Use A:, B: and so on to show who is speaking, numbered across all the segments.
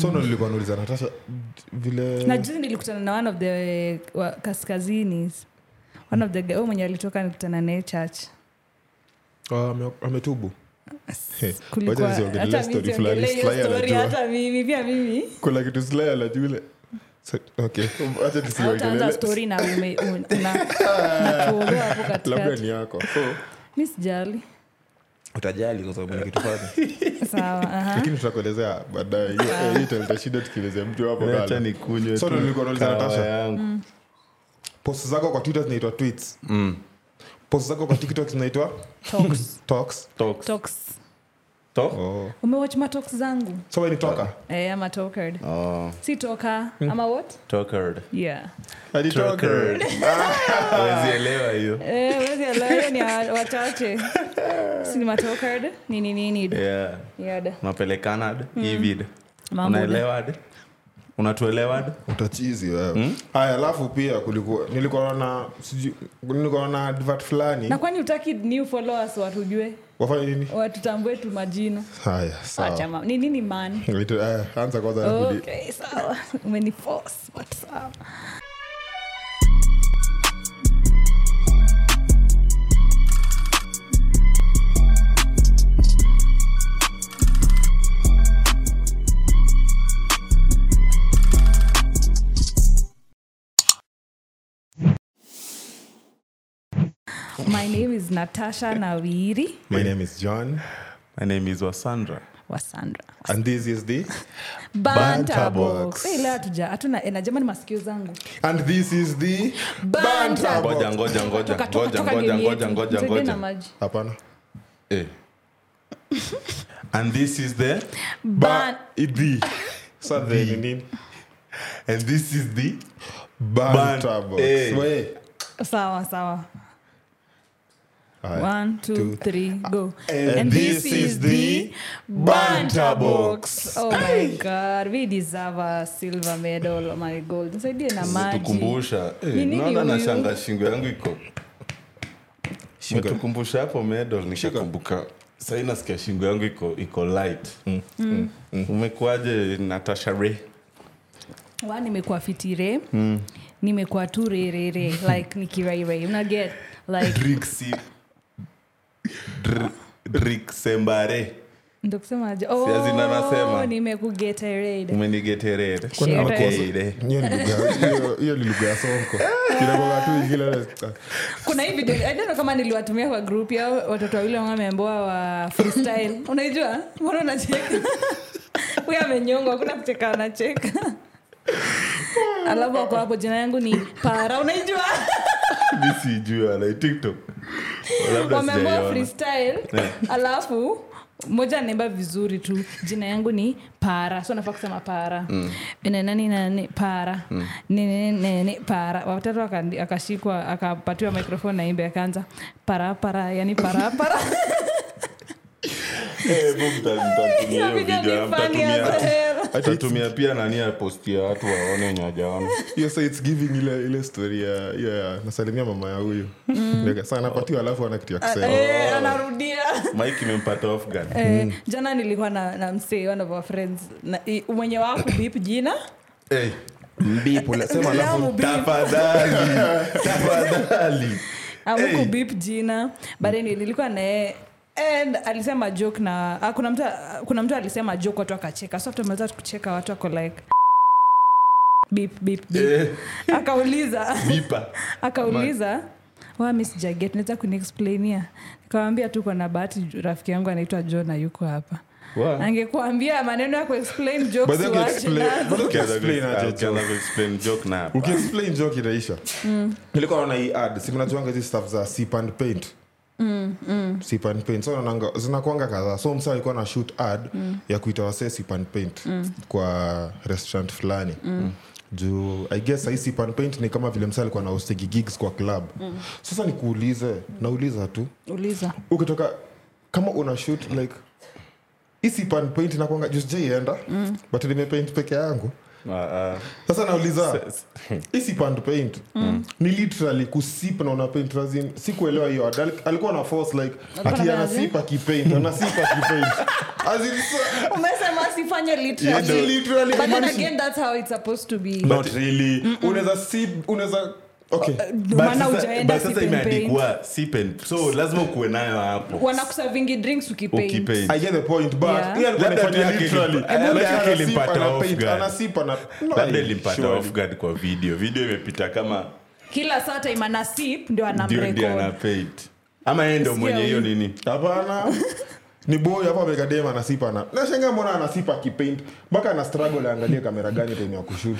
A: so ndo nilikuwa nauliza natasha vile
B: na juzi nilikutana na one of the wa, kaskazinis one of the guy- huyu mwenye alitoka nikutana naye church
A: Ah, ame- ametubu He,
B: Kulikuwa-
A: wacha nisiongelee
B: hata
A: story
B: mimi
A: fulani,
B: siongelee hiyo
A: Sly
B: story,
A: anajua.
B: hata mimi pia mimi
A: kuna kitu slaya la jule So- okay, acha
B: hautaanza
A: tusiwaongelele.
B: story na ume- un- na- na kuogoa hapo
A: Ah, labda
B: katikati
A: ni yako so
B: mi sijali
A: utajali kwa sababu ni kitu fani
B: sawa aha.
A: lakini tutakuelezea baadaye Hiyo-
B: Ah.
A: eh, hiyo ita- itashinda tukielezea mtu hapo
C: Wacha
A: kando.
C: nikunywe
A: So
C: tu
A: ndo nilikuwa nauliza
C: kahawa
A: Natasha.
C: yangu.
A: post zako kwa twitter zinaitwa tweets post zako kwa tiktok zinaitwa
B: Talks.
A: talks
C: Talks.
B: Talks.
C: Talk.
A: oh.
B: umewatch matoks zangu
A: so we ni toka
B: eh, ama tokerd
C: Oh,
B: si toka
A: Hmm.
B: ama what
C: talkerd.
B: yeah
A: Hadi toka.
C: Talkerd. Huwezi elewa hiyo
B: Eh, wezi alayo ni ya wachache si ni matokard ni nini
A: Eh.
B: ni
C: Yeah.
B: yada
C: unapelekanad hivid
B: Mm. Mambo
C: unaelewad unatuelewad
A: utachizi wewe
C: Hmm?
A: haya alafu pia kulikuwa nilikuwa na sijui- nilikuwa na advert fulani
B: na kwani utaki new followers watujue
A: wafanye nini
B: watutambue tu majina
A: haya sawa
B: Achama. ni nini man
A: Wait, eh, anza kwanza na kudi-
B: okay sawa umeniforce but sawa my name is natasha nawiri
A: my name is john
C: my name is wasandra
B: wasandra
A: and this is the
B: Banta
C: Banta box.
B: box. Eh, leo hatuja- hatuna ena jamani masikio zangu
A: and this is the
B: Banta
A: Box.
C: ngoja ngoja ngoja
B: Toka, toka,
C: ngoja
B: toka
C: ngoja
B: game
C: ngoja
B: yetu.
C: ngoja
B: Tuende na
C: ngoja
B: maji.
A: hapana
C: Eh. and this is the
B: Ban-
C: the
A: so the ni nini
C: and this is the
A: Banta box.
C: Eh.
A: We.
B: sawa sawa
A: Haya.
B: One, two,
A: two.
B: three, go.
A: And this is the Banta box.
B: Oh my God, we deserve a silver medal. Oh my God, nisaidie na maji.
C: tukumbusha
B: Ni nini
C: Eh, naona
B: huyu?
C: nashanga shingo yangu iko tukumbusha hapo medal nikakumbuka sahii nasikia shingo yangu iko iko light mm. Mm. umekuaje natasha re
B: Wa, nimekuwa fitire
C: Hmm.
B: nimekuwa tu rerere like nikirairei unaget like
C: driksi drik sembare
B: ndo kusemaje
C: Siazi ndo
B: oh,
C: anasema.
B: nimekugetered
C: umenigeterere
B: Kuna
C: Okay,
B: makosa.
C: de.
A: Hiyo ni lugha- hiyo- hiyo ni lugha ya sonko Kinakuwa tu kila dakika.
B: kuna hii video I don't know kama niliwatumia kwa group yao watoto wawili ambao wameamboa wa freestyle unaijua mbona unacheka huyo amenyongwa hakuna kucheka anacheka alafu wako hapo jina yangu ni para unaijua
C: mi sijui ala tiktok labda
B: wameamboa
C: sijaiona
B: freestyle alafu moja anaimba vizuri tu jina yangu ni para so nafaa kusema para mm. nani nani para mm. nini nini para watatu akandi- akashikwa akapatiwa microphone na imbe akaanza para para yani para para
C: Eh, bu, mta- mtatumia hiyo video, mtatumia- mtatumia pia nani apostia watu waone wenye wajaona
A: hiyo sa its giving ile ile story ya hiyo ya nasalimia mama ya huyu Ndeka, sa anapatiwa alafu ana kitu ya kusema
B: Eh, anarudia
C: mike imempata off guard
B: Eh, jana nilikuwa na, na msee one of our friends na, i- mwenye wako bip jina
C: Eh, mbipu, nasema alafu,
B: Salamu, beep.
C: tafadhali tafadhali
B: amuku bip jina bareni nilikuwa naye and alisema joke na ah, kuna mtu kuna mtu alisema joke watu akacheka so tumeweza kucheka watu ako like bip bip bip
C: Eh,
B: akauliza
C: bipa
B: akauliza wamisijaget naweza kuniexplainia nikawambia tu kona bahati ju- rafiki yangu anaitwa john ayuko hapa
C: Wa.
B: angekuambia maneno ya kuexplain jokes
A: But then
B: uache
A: explain-
B: nazo.
A: but then
C: Ukianza
A: explain
C: ku-
A: aje
C: ukianza kuexplain joke na hapa.
A: ukiexplain joke inaisha nilikuwa naona hii ad si mnajuanga hizi stuff za sip and paint Sip and paint so naonanga- zinakuanga kadhaa so msa alikuwa na shoot ad ya kuita wasee sip and paint kwa restaurant fulani juu i guess sahi sip and paint ni kama vile msa alikuwa na hostigi gigs kwa club sasa nikuulize nauliza tu
B: uliza
A: ukitoka kama una shoot like isipanpaint nakwanga jusjaienda mm. but nimepaint peke yangu
C: Ah, ah.
A: sasa nauliza hii si hand paint
B: Mm.
A: ni literally kusip na una paint as in, si kuelewa hiyo Adal- alikuwa na force like ati
B: na
A: anasip akipaint anasip akipaint As in, so-
B: umesema asifanye
A: Yeah,
B: literally.
A: ni literally
B: But then
A: kumaanisha-
B: again, that's how it's supposed to be.
A: Not really. unaweza sip unaweza okay
B: Ndio
C: But
B: maana
C: sasa-
B: hujaenda
C: but sasa
B: sip and paint.
C: imeandikwa sip and- so lazima ukuwe nayo hapo
B: wanakusavingi drinks ukipaint.
C: ukipaint
A: i get the point but
B: Yeah.
A: yeye alikuwa
C: Labda
A: anafanya
C: tu yake
A: literally
C: ilimpa- labda
A: Like,
C: yake
A: anasip,
C: ilimpata off
A: anapaint,
C: guard.
A: anasip, ana- No,
C: labda ilimpata
A: surely.
C: offguard kwa video video imepita kama
B: kila saa time ana sip ndio
C: ndio ndio
B: anamrekod
C: anapaint ama yeye ndo
B: Sio
C: mwenye hiyo
B: mimi.
C: nini
A: hapana ni boy hapa amekadema anasipa na nashangaa mbona anasipa akipaint mpaka ana struggle aangalie kamera gani time ya kushoot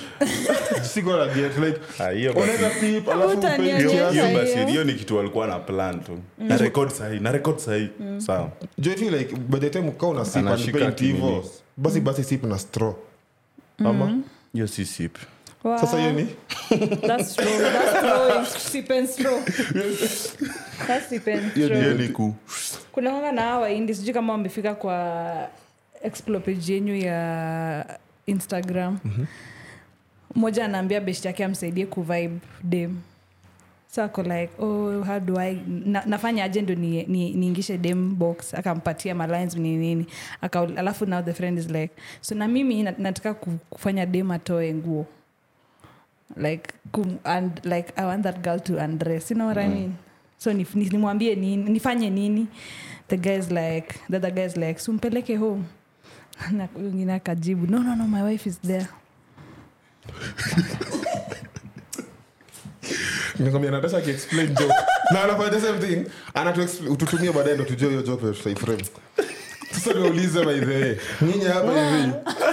A: siko na get like
C: Ah, hiyo basi.
A: unaweza sip alafu
B: Utaniaje Hiyo-
A: paint
C: hiyo
A: kiasi.
C: hiyo
B: Sasa
C: basi
B: hiyo.
C: hiyo Mm. ni kitu walikuwa na plan tu na record sahi na record sahi sawa
A: Do you feel like by the time ukaa unasip and
C: Anashika
A: paint
C: kinini.
A: hivyo basi basi sip na straw ama
C: hiyo si sip
A: sasa hiyo ni
B: That's straw. That's straw. Sip and straw. That's sip and
C: hiyo
B: straw.
C: ni ku
B: kuna wanga na hawa hindi sijui kama wamefika kwa explopage yenyu ya instagram mmoja anaambia best yake amsaidie kuvibe dem sako like oh, how do I na, nafanya aje ndo niingishe ni, niingishe dem box akampatia malines ni nini aka, alafu now the friend is like so na mimi na- nataka ku- kufanya dem atoe nguo like kum, and, like i want that girl to undress you know what mm. i mean so nif- nif- nimwambie nini nifanye nini the guys like the other guys like sumpeleke home Na huyu mwingine akajibu no no no my wife is there
A: nikwambia natasha akiexplain joke na anafanya the same thing anatuexplain- ututumie baadaye ndo tujue hiyo joke ya tutaiframe sasa niwaulize by the way nyinyi hapa hivi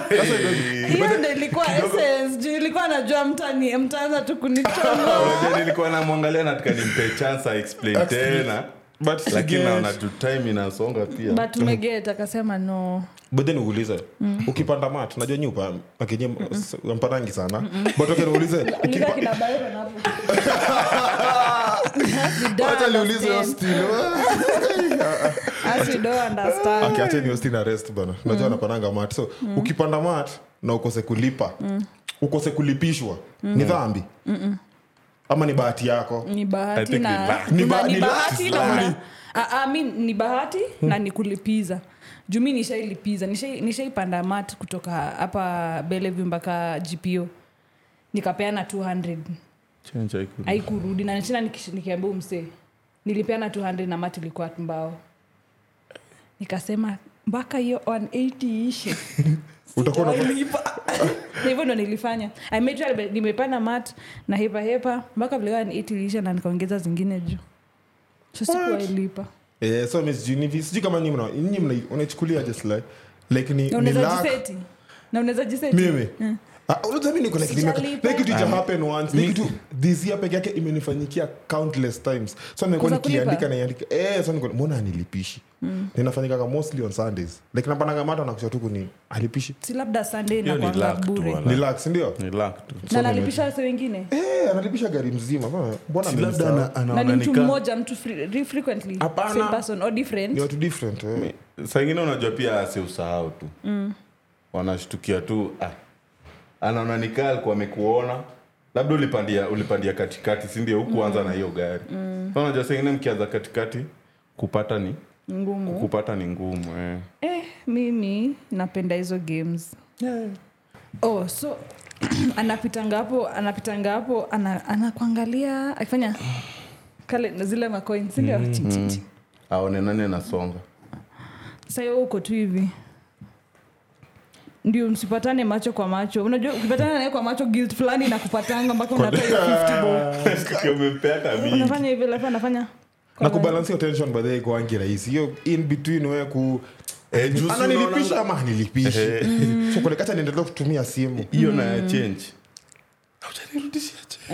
A: sasa ndio-
B: hiyo ndo ilikuwa essence juu ilikuwa najua mtani mtaanza tu kunitoa
C: Then nilikuwa namwangalia nataka nimpe chance aexplain tena
A: but
C: lakini
A: siget-
C: naona tu time inasonga pia
B: but umeget akasema no
A: but then uulize ukipanda mat najua nyupa akinyi mparangi sana but okay niulize
B: Nika
A: ukipa-
B: kina Byron hapo.
A: acha niulize hiyo
B: As
A: still
B: you don't understand.
A: akiacha ni ostin arrest bana najua anapananga mat so ukipanda mat na ukose kulipa ukose kulipishwa ni dhambi ama ni bahati yako
B: ni
C: I
B: bahati
C: think ni
B: na
C: ba-
A: ni ba-
B: na-
A: ni
B: ni bahati
A: bahati
B: na
A: fulani.
B: una- Ah, ah, mi ni bahati na ni kulipiza jumi nishailipiza Nishai- nishaipanda mat kutoka hapa belevu mpaka gpo nikapeana 200
C: Change icon.
B: aikurudi na tena nikish- nikiambia umsee nilipeana 200 na mat ilikuwa mbao nikasema mpaka hiyo 180 ishe
A: utakuwa unapa-
B: Nilipa. Na hivyo ndo nilifanya I made sure nime- nimepanda mat na hepa hepa mpaka vile ni itilisha na nikaongeza zingine juu so sikuwailipa
A: Eh, so Miss Junivi, sijui kama nyinyi mna- nyinyi mna- unaichukulia just like like ni
B: na
A: ni
B: unaweza
A: luck.
B: jiseti na unaweza jiseti
A: mimi Ah, unajua mimi niko like nimeka-
B: Eh. Sijalipa.
A: like kitu
C: Ah.
A: cha happen once like kitu this year peke yake imenifanyikia countless times so nimekuwa
B: Kuza kulipa? Mm.
A: nikiandika naiandika eh so niko mbona anilipishi ninafanyikaga mostly on sundays like napananga mata nakusha tu kuni alipishi
B: si labda sunday
C: Hiyo ni
B: nakwanga
C: luck tu,
B: bure
C: wala.
A: ni lax ndio
C: Ni luck tu.
B: na nalipisha wase wengine
A: eh analipisha gari mzima Mbona- mbona
C: Si labda
A: amenisahau?
C: ana- anaona
B: na ni mtu
C: nika-
B: mmoja mtu fre- re- frequently
A: Hapana.
B: same person or different
A: ni watu different eh.
C: saa ingine unajua pia asiusahau tu mm. wanashtukia tu ah. anaona nikaa alikuwa amekuona labda ulipandia ulipandia katikati sindio hukuanza na hiyo gari mm. unajua saa ingine mkianza katikati kupata ni
B: ngumu
C: kupata ni ngumu eh.
B: eh, mimi napenda hizo games oh so anapitanga hapo anapitanga hapo ana, anakuangalia akifanya kale zile makoin sindio mm-hmm.
C: aone nani anasonga
B: sayo uko tu hivi ndio msipatane macho kwa macho unajua ukipatana naye kwa macho guilt fulani nakupatanga mpaka unatoa hiyo 50 bob.
C: umepeata mingi
B: unafanya hivi alafu anafanya
A: na kubalansi tension by the way kwaangi rahisi hiyo in between wewe ku
C: Eh, juu si
A: ananilipisha
C: unaona- Eh.
A: ama anilipishi sokolekacha niendelea kutumia simu
C: hiyo na change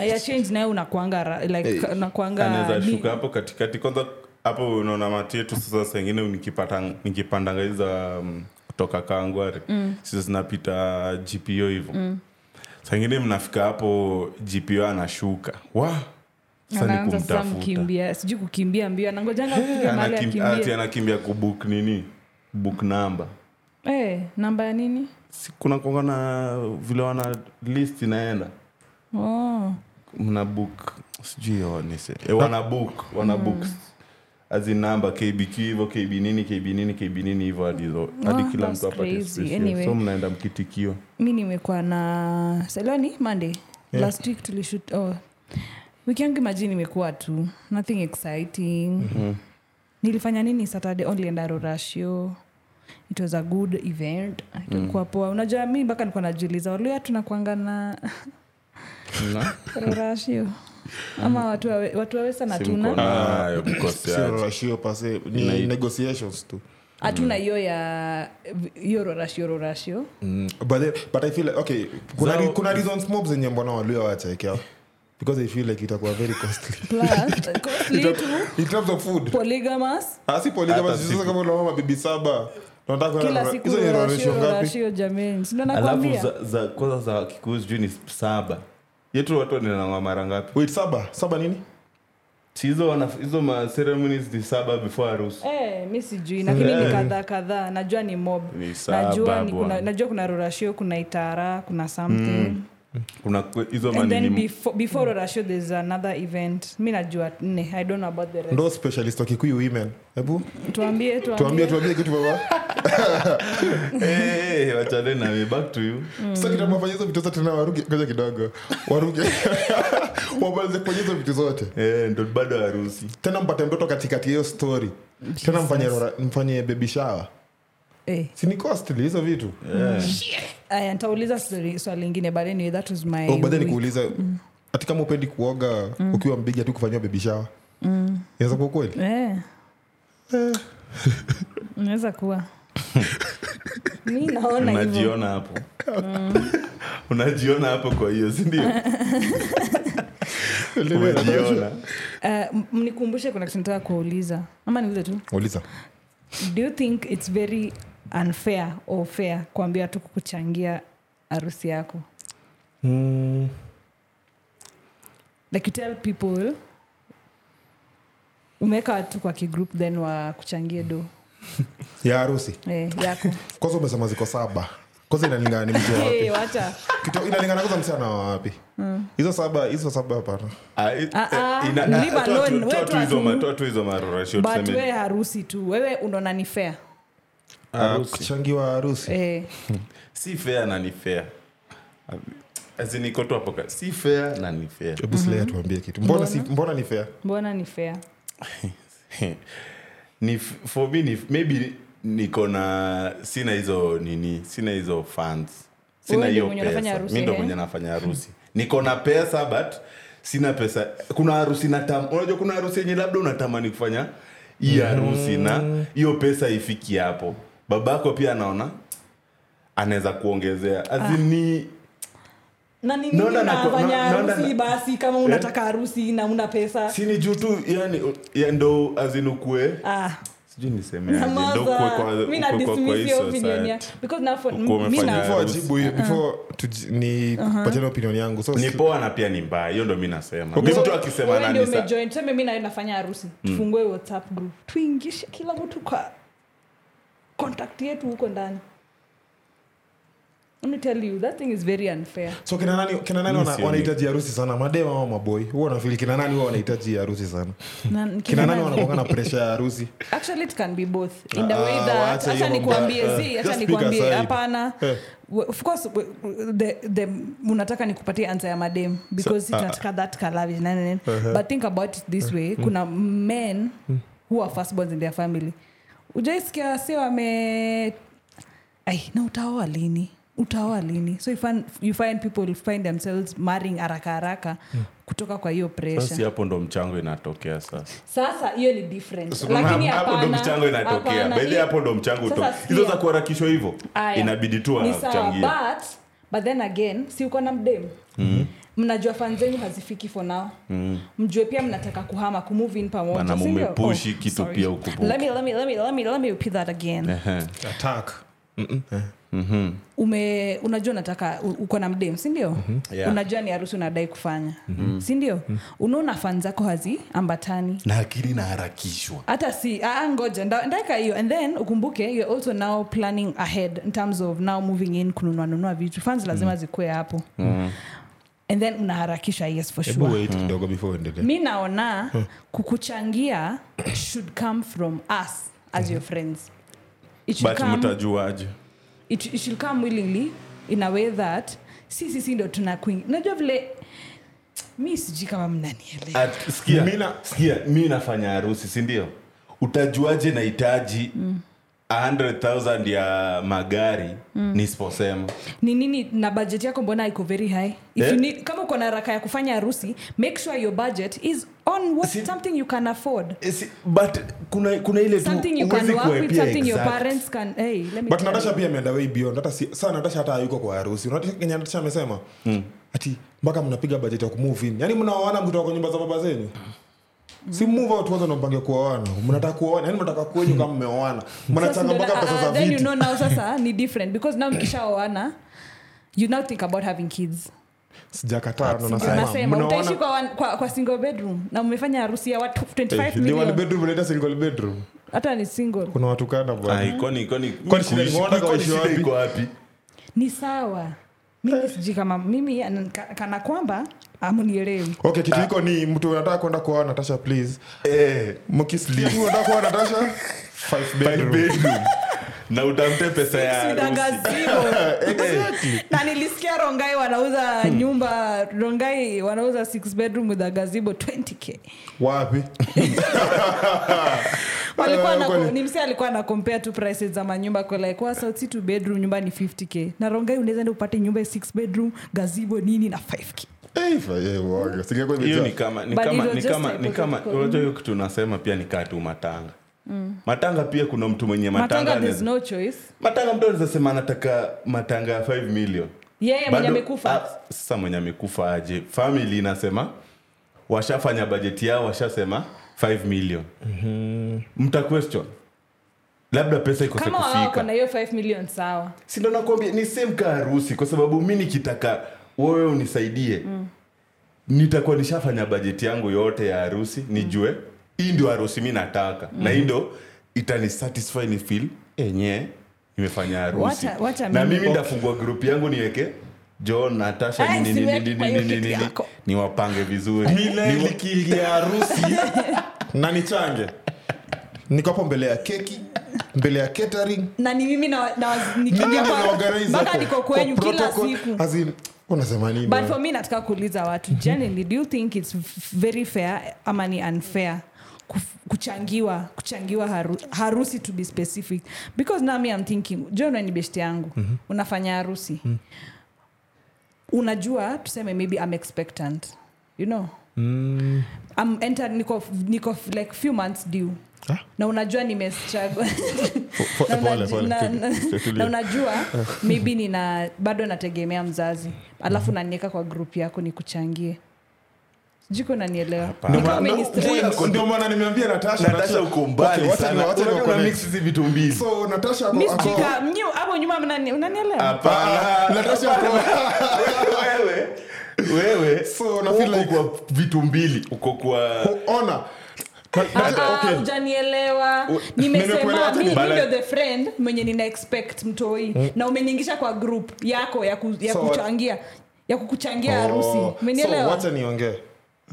B: ya change naye unakuanga ra- like unakuanga
C: anaweza
B: bi-
C: shuka hapo katikati kwanza hapo unaona mati yetu sasa sengine nikipata nikipandanga hiza um, kutoka kangwari mm. sasa zinapita gpo hivo mm. sangine mnafika hapo gpo anashuka wa sasa ni
B: anaanza sasa
C: kumtafuta
B: mkimbia sijui kukimbia mbio anangojanga kufika mahali
C: Anakim- ati
B: akimbie
C: anakimbia kubuk nini buk namba
B: Eh, namba ya nini
C: Si kuna kuanga na vile wana list inaenda
B: oh.
C: mna book sijui hiyo ni se- eh, wana book wana
B: Mm.
C: book azi namba kbq hivyo kb nini kb nini kb nini hivyo hadi hizo- hadi
B: Ah,
C: kila
B: that's
C: mtu apate
B: crazy.
C: space yake.
B: Anyway.
C: so mnaenda mkitikio
B: mi nimekuwa na seloni monday
A: Yeah.
B: last week tulishut oh. wiki yangu imajini imekuwa tu nothing exciting mm-hmm. nilifanya nini saturday onlienda rorashio it was a good event
C: Mm.
B: ilikuwa poa unajua mi mpaka nikuwa najiuliza waluya tunakwanga na rorashio ama watu wawe- watu wawesa na tuna
C: simkonayo
A: sio
C: mkoseaji
A: rashio pase ni
C: Inai-
A: negotiations tu
B: hatuna hiyo ya hiyo rorashio rorashio
A: Mm, but, then, but i feel like, okay kuna,
C: So-
A: so, kuna reasons mob zenye mbona waluya wachaekea because i feel like itakuwa very costly
B: plus costly to
A: in terms of food
B: polygamous
A: asi polisi
C: Hata
A: basi
C: siku.
A: sasa kama unaona mabibi saba tunataka
B: kila
A: kuenda-
B: siku
A: hizo ni ratio
B: rorashio
A: ngapi
B: rorashio jameni sindo
C: alafu
B: nakwambia
C: za- za kwanza za kikuu sijui ni saba yetu watu wanenanga mara ngapi
A: wait saba saba nini
C: Si hizo wana- hizo ma ceremonies ni saba before harusi
B: Eh, mi sijui lakini ni
C: Eh.
B: kadhaa kadhaa najua ni mob
C: Ni saba
B: najua, ni
C: bwana.
B: kuna, najua kuna rorashio kuna itara kuna something
A: Mm.
C: kuna ku- hizo
B: and then
C: manini
B: before, before rorashio there's another event mi najua nne i don't know about the rest
A: ndo specialist wa kikuyu women hebu
B: tuambie
A: tuambie
B: tuambie
A: tuambie kitu baba
C: Eh, wachane na me back to you
B: Mm.
A: sasa kitambo fanya hizo vitu zote tena waruge kaja kidogo waruge wabalize kufanya hizo vitu zote
C: Eh, ndo bado harusi
A: tena mpate mtoto katikati ya hiyo story tena mfanye rora- mfanye baby shower
B: eh,
A: si ni costly hizo vitu
B: aya nitauliza swali swali lingine but anyway that was my
A: oh, but then
B: week.
A: nikuuliza hati kama upendi kuoga ukiwa mbiga tu kufanyia baby shower inaweza kuwa kweli
B: Eh. naweza kuwa mi naona hivyo Mm.
C: unajiona hapo unajiona hapo kwa hiyo sindio unajiona
B: Eh, m- mnikumbushe kuna kitu nataka kuuliza ama niulize tu
A: uliza
B: do you think it's very unfair or fair kuambia watu kukuchangia harusi yako like you tell people umeweka watu kwa kigroup then wakuchangie do
A: ya harusi
B: eh, yako
A: kwanza umesema ziko saba kwanza inalingana ni mtu wa wapi
B: hey, wacha
A: Kitu- inalingana kwanza msichana wa wapi hizo saba hizo saba hapana
C: Ah, it-
B: Ah, ah,
C: eh, ina-
B: leave
C: toa tu-
B: alone,
C: toa
B: we
C: tu hizo
B: tu-
C: ma- toa tu hizo marorasho
B: but we harusi tu wewe unaona ni fair
A: Ah, kuchangiwa harusi
B: eh,
C: si fair na ni fair Ah, azinikotu hapo ka- si fair na ni fair
A: hebu slea tuambie kitu mbona, si, mbona ni fair
B: mbona ni fair
C: ni f- for me ni, maybe niko na sina hizo nini sina hizo fans sina
B: Wewe ndio
C: hiyo
B: mwenye unafanya
C: pesa
B: harusi,
C: mi ndo
B: eh?
C: mwenye nafanya harusi niko na pesa but sina pesa kuna harusi natam unajua kuna harusi yenye labda unatamani kufanya hii harusi na hiyo pesa ifiki hapo babako pia anaona anaweza kuongezea
B: Ah.
C: azini
B: na ni
C: Naona
B: nini
C: nako-
B: unafanya
C: na- naona
B: harusi
C: na- Eh?
B: basi kama unataka harusi na una pesa
C: sini juu tu yani ya ndo azinukue
B: ah.
C: sijui nisemeaje ndo kue kwa-
B: Namaza.
C: kue
B: Mi
C: kwa-
B: na
C: kwa
B: dismiss
C: hii
B: your opinion ya-
C: society.
B: because na- for-
C: Ukuwa
B: mi
C: umefanya
B: na-
A: before
C: harusi.
A: ajibu hiyo- before tuji- ni patiane opinion yangu so
C: ni poa na pia ni mbaya hiyo ndo mi nasema
A: Okay,
C: Mi
A: so-
C: mtu akisema
B: wewe ndio
C: nani sa-
B: umejoin tuseme mi nawe nafanya harusi
C: Mm.
B: tufungue whatsapp group tuingishe kila mtu kwa contact yetu huko ndani Let me tell you that thing is very unfair
A: so kina nani, kina nani
C: Mi
A: wana,
C: sioni.
A: wanahitaji harusi sana madema ama maboy huwa nafili kina nani huwa wanahitaji harusi sana kina nani wanakuanga na presha ya harusi
B: actually it can be both in the
A: Ah,
B: way that
A: waache hiyo
B: acha
A: mambo
B: nikuambie
A: ya-
B: zi
A: eh,
B: acha
A: just pick
B: nikuambie
A: aside.
B: hapana
A: Eh.
B: We- of course we- we- the, the, unataka nikupatie answer ya madem because so,
A: ah.
B: tunataka that kalavi na nini.
A: Uh-huh.
B: but think about it this way
A: Mm-hmm.
B: kuna men who are firstborns in their family ujaisikia si wame ai na utaoa lini utaoa lini so you find, you find people find themselves marrying haraka haraka
A: Mm.
B: kutoka kwa hiyo pressure
C: Basi hapo ndo mchango inatokea sasa
B: sasa hiyo ni different
C: So,
B: lakini
C: hapo hapo ndo
B: hapana,
C: mchango inatokea
B: hapana,
C: bedhi
B: hii-
C: hapo ndo mchango
B: Sasa
C: uto-
B: sikia.
C: hizo za kuharakishwa hivyo
B: Aya.
C: inabidi tu
B: Ni sawa,
C: achangie
B: but but then again si uko na mdem
C: Mm-hmm.
B: mnajua fan zenyu hazifiki for now mjue pia mnataka kuhama kumove in pamoja
C: Bana,
B: si ndio? Oh,
C: mumepush hii kitu
B: sorry.
C: pia huku.
B: Let me- let me- let me- let me- let me repeat that again
C: Ehe.
A: attack
B: ume unajua unataka u- uko na mdem sindio
C: Mm-hmm. Yeah. Mm-hmm.
B: unajua ni harusi unadai kufanya sindio unaona fan zako haziambatani
C: na akili naharakishwa
B: hata si ah, ah, ngoja nda- ndaka hiyo and then ukumbuke you're also now planning ahead in terms of now moving in kununua nunua vitu fans lazima zikuwe hapo and then unaharakisha yes for
A: hebu
B: sure
A: wait kidogo before uendelee
B: mi naona kukuchangia should come from us as your friends it should,
C: but
B: come,
C: mtajuaje
B: it, it should come willingly in a way that si sisi ndo tuna kuing najua vile mi sijui kama mnanielewa
C: At- sikia,
A: Mi na-
C: sikia, mi nafanya harusi sindio utajuaje nahitaji
B: Mm.
C: 100000 ya magari
B: Mm.
C: nisiposema
B: ni nini na budget yako mbona iko very high if
C: Eh?
B: you need, kama uko na haraka ya kufanya harusi make sure your budget is on what
C: Si-
B: something you can afford
C: Eh, si- but kuna, kuna ile tu,
B: something you can
C: huwezi
B: work with
C: kuepia
B: something your
C: exact.
B: parents can hey, let me
A: but
B: tell
A: natasha
B: you.
A: pia ameenda way beyond hata si, saa natasha hata hayuko kwa harusi Unaona kenye natasha amesema ati mpaka mnapiga budget ya kumove in yaani mnaoana mkitoka kwa nyumba za baba zenyu si move out kwanza ndo mpange kuoana mnataka kuoana yaani mnataka kuenyu kama mmeoana
B: Sasa
A: mnachanga
B: ndo
A: mpaka
B: na-
A: pesa za
B: ah, then you
A: viti
B: know now sasa ni different because now mkishaoana you now think about having kids
A: sijakataa ndo
B: Ndio
A: nasema
B: nasema utaishi
A: mnaoana
B: kwa, one- kwa, kwa single bedroom na umefanya harusi ya watu 25
A: ndio Eh, one
B: million
A: bedroom unaita single bedroom
B: hata ni single
A: kuna watu kana bwana
C: Ai, kwani- kwani-
A: Kwani shida ni
C: kuishi-
A: kuona
C: kwani
A: kwa
C: shida
A: wapi?
C: iko wapi
B: ni sawa mimi sijui kama mimi an- ka- kana kwamba amnielewi
A: okay kitu iko ni mtu anataka kwenda kuoa natasha please
C: Eh,
A: mkisikia tu unataka kuoa natasha five bedroom
C: bedroom. na utamte pesa ya harusi.
B: na nilisikia rongai wanauza
A: Hmm.
B: nyumba rongai wanauza six bedroom with a gazebo 20k
A: Ah, wapi
B: walikuwa na
A: Kweli.
B: ni msee alikuwa na compare tu prices za manyumba kwa like kwa sauti two bedroom nyumba ni 50k na rongai unaweza ndio upate nyumba ya six bedroom gazebo nini na 5k
A: Eh, fa- eh, waga. Singekuwa
C: hiyo
A: imejaa.
C: ni kama ni
B: But
C: kama
B: it was
C: ni
B: just
C: kama ni kama
B: hypothetical.
C: unajua hiyo kitu unasema pia ni kaa tu matanga matanga pia kuna mtu mwenye matanga
B: Mm. matanga there's
C: anaweza-
B: no choice
C: matanga mtu anaweza sema anataka matanga ya 5 million
B: yeye mwenye
C: Bado-
B: amekufa
C: ah, sasa mwenye amekufa aje family inasema washafanya bajeti yao washasema 5 million mta question labda pesa ikose
B: kama wao wako
C: kufika
B: na hiyo 5 million sawa
C: si ndo nakwambia ni same ka harusi kwa sababu mi nikitaka wewe unisaidie mm. nitakuwa nishafanya bajeti yangu yote ya harusi nijue hii ndio harusi mi nataka mm. na hii ndo itanisatisfy ni feel enye nimefanya harusi
B: Wacha- wacha
C: na
B: mimi-
C: mimi ndafungua grupu yangu niweke john natasha
B: Ai,
C: nini, nini,
B: siweki
C: nini,
B: kwa hiyo
C: nini,
B: kitu
C: nini,
B: yako.
C: niwapange vizuri
A: Mila ilikilia harusi na nichange niko hapo mbele ya keki mbele ya catering
B: na ni mimi na- na- nikija
A: Mimi ndo
B: kwa-
A: naorganize
B: mpaka
A: hapo.
B: niko kwenyu
A: Kwa
B: kila
A: protocol,
B: siku
A: as in, unasema nini
B: but
A: wewe?
B: for me nataka kuuliza watu generally do you think its very fair ama ni unfair kuf- kuchangiwa kuchangiwa haru, harusi to be specific because now me I'm thinking John wewe ni beshte yangu mm-hmm. unafanya harusi mm-hmm. unajua tuseme maybe I'm expectant you know I'm enter, niko, niko like few months due
A: Ah?
B: na unajua nimestruggle
A: Fo-
B: na
A: pole,
B: unaji-
A: pole,
B: na-
A: tulia,
B: na-
A: tulia.
B: na unajua maybe nina bado nategemea mzazi alafu nanieka kwa grup yako nikuchangie jiko nanielewa
A: Ndio
B: Niko
A: maana-
B: ministry.
A: ndio- ndio maana nimeambia natasha
C: natasha uko mbali
A: Okay, wacha
C: sana
A: ni- wacha ni
C: Unajua una
A: wa-
C: mix hizi vitu mbili
A: so natasha
B: Mi
A: ako- ako-
B: sijika- mnyi hapo nyuma mnani- unanielewa
A: Ah,
C: hapana
A: Natasha ako-
C: wewe wewe
A: So, na
C: uko
A: feel like-
C: kwa vitu mbili uko kwa
A: ona Natasha,
B: Ah,
A: okay.
B: hujanielewa
A: U- nimekuelewa,
B: nimesema
A: acha
B: mi mi
C: nibala-
B: ndio the friend mwenye nina expect mtoi na umeniingisha kwa group yako ya, ku, ya
A: So what-
B: kuchangia ya kukuchangia
A: Oh,
B: harusi
A: so
B: umenielewa
A: wacha niongee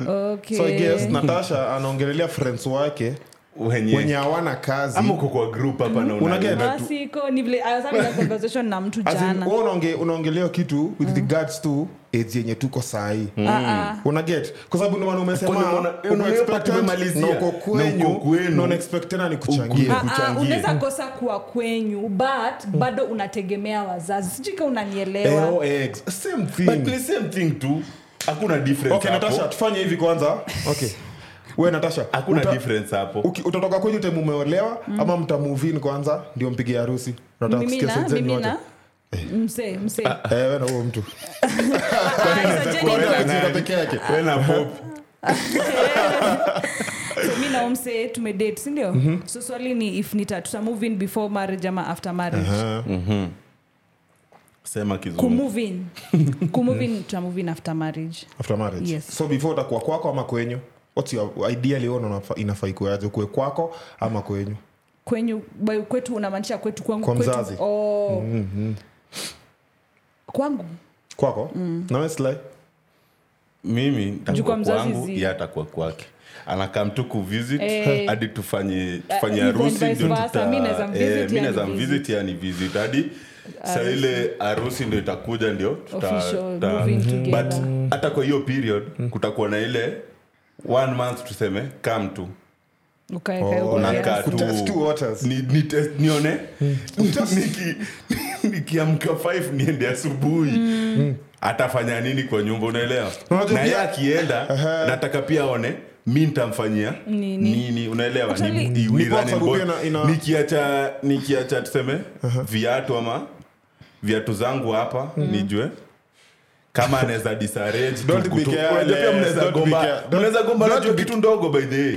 B: okay.
A: so I guess natasha anaongelelea friends wake wenye
C: wenye
A: hawana kazi
C: ama uko kwa group hapa na
A: Unageta?
C: unaenda tu
B: Basi iko ni vile I was having a conversation na mtu
A: As in, oh,
B: jana Mm.
A: wewe unaonge- unaongelea kitu with regards to age yenye tuko sahi
B: Ah, ah.
A: unaget kwa sababu ndomana
C: Kwani
A: umesema
C: unaona-
A: uko
C: unaona
A: expectant
C: part umemalizia.
A: na uko
C: Na uko
A: kwenyu
C: kwenu.
A: na unaexpectena ni kuchangia
B: Ah, ah,
C: kuchangie.
B: unaweza kosa kuwa kwenyu but bado unategemea wazazi sijika
A: Eh,
B: unanielewa
A: LOX, same
C: but ni
A: thing
C: same thing tu hakuna difference
A: okay
C: hapo.
A: natasha tufanye hivi kwanza okay we natasha
C: hakuna
A: uta-
C: difference hapo
A: uki- utatoka kwenyu time umeolewa ama mtamuvin kwanza ndio mpige harusi Nataka
B: Mm. mimi
A: kusikia
B: na
A: sentensi
B: mimi
A: yote.
B: na msee msee
A: Eh, we na huo mtu ah,
B: Ah, it's a genuine
A: Wewe
B: one.
A: Uh-huh. na- peke yake
C: wewe na pop
B: so mi na umse tumedate sindio
A: Mhm.
B: so swali ni if nita tuta move in before marriage ama after marriage
C: sema kizungu
B: kumove in kumove in tuta move in after marriage
A: after marriage
B: Yes.
A: so before utakuwa kwako ama kwenyu what's your ideally wewe unaona inafai kuaje kuwe kwako ama kwenyu
B: kwenyu by kwetu unamaanisha kwetu kwangu
A: Kwa
B: kwetu,
A: mzazi.
B: oh.
A: Mm-hmm.
B: kwangu
A: kwako na wewe Sly?
C: mimi
B: Jukwa
C: nitakuwa
B: mzazi
C: kwangu
B: zi-
C: ye atakuwa kwake anakam tu kuvisit
B: Eh.
C: hadi tufanye tufanye
B: even
C: harusi
B: vice
C: ndio
B: versa,
C: tuta-
B: mi naweza mvisit,
C: eh, mi
B: yeye
C: naweza
B: anivisit.
C: mvisit yani visit hadi saa ile harusi ndio itakuja ndio tuta-
B: Official,
C: tuta- Mhm.
B: moving together.
C: but hata kwa hiyo period kutakuwa na ile one month tuseme kam tu
B: ukaeka
A: Oh,
B: huko,
A: na
B: yes.
C: unakaa tu
A: Kutest two waters.
C: Ni- ni test- nione Niki- nikiamka 5 niende asubuhi atafanya nini kwa nyumba unaelewa
A: Unajua
C: na yeye
A: pia-
C: akienda nataka pia aone mi ntamfanyia
B: Nini.
C: nini unaelewa Ni-
B: Actually-
C: ni- we
A: Ni kwa
C: run and
A: sababu
C: board.
A: ina- ina-
C: nikiacha nikiacha tuseme viatu ama viatu zangu hapa
A: Mm.
C: nijue kama anaweza disarrange
A: Don't
C: tu
A: be
C: kutu-
A: careless,
C: unajua pia mnaweza
A: don't be
C: gomba-
A: care- don't-
C: mnaweza gomba
A: don't
C: unajua
A: be- Eh.
C: kitu ndogo by the way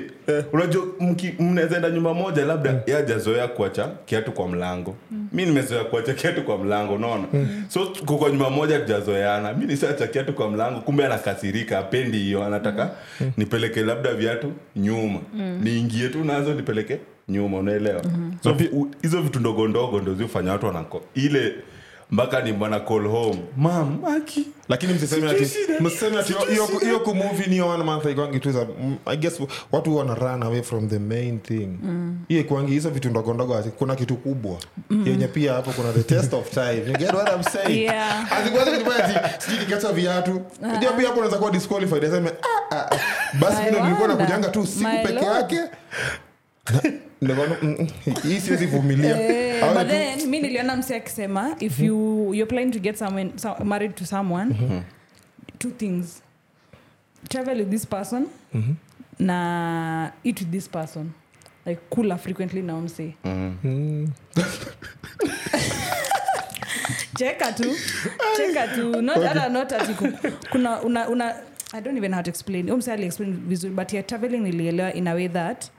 C: unajua mki- mnaweza enda nyumba moja labda mm. yajazoea kuacha kiatu kwa mlango mi nimezoea kuacha kiatu kwa mlango unaona
A: Mm.
C: so tuko kwa nyumba moja tujazoeana mi nishacha kiatu kwa mlango kumbe anakasirika apendi hiyo anataka
A: Mm.
C: nipeleke labda viatu nyuma niingie tu nazo nipeleke nyuma unaelewa so vi- u- hizo vitu ndogo ndogo ndo ziufanya watu wanako ile mpaka ni bwana call home mam aki
A: lakini msiseme
C: Sijui
A: ati
C: shida.
A: msiseme ati
C: Sijui
A: hiyo
C: shida.
A: hiyo kumuvi ni hiyo one month ikwangi tu za mm, i guess watu wana run away from the main thing
B: Mm.
A: hiyo ikwangi hizo vitu ndogo ndogo ati kuna kitu kubwa yenye pia hapo kuna the test of time you get what i'm saying
B: Yeah. Uh-huh.
A: Ati kwanza kitu baya ati sijui nikacha viatu ndio pia hapo unaweza kuwa disqualified aseme ah ah ah. basi
B: I
A: mimi ndo
B: wonder.
A: nilikuwa nakujanga tu siku
B: My
A: peke
B: lord.
A: yake Na- nilikuwa na- mm, mm, hii siwezi vumilia
B: Eh,
A: Awe
B: but
A: tu-
B: then mi niliona msi akisema if you you're planning to get someone so, married to someone two things travel with this person na eat with this person like kula frequently na umsi cheka tu cheka tu not, hata not ati ku- kuna una, una i don't even know how to explain Huyo msee aliexplain vizuri but ya traveling nilielewa in a way that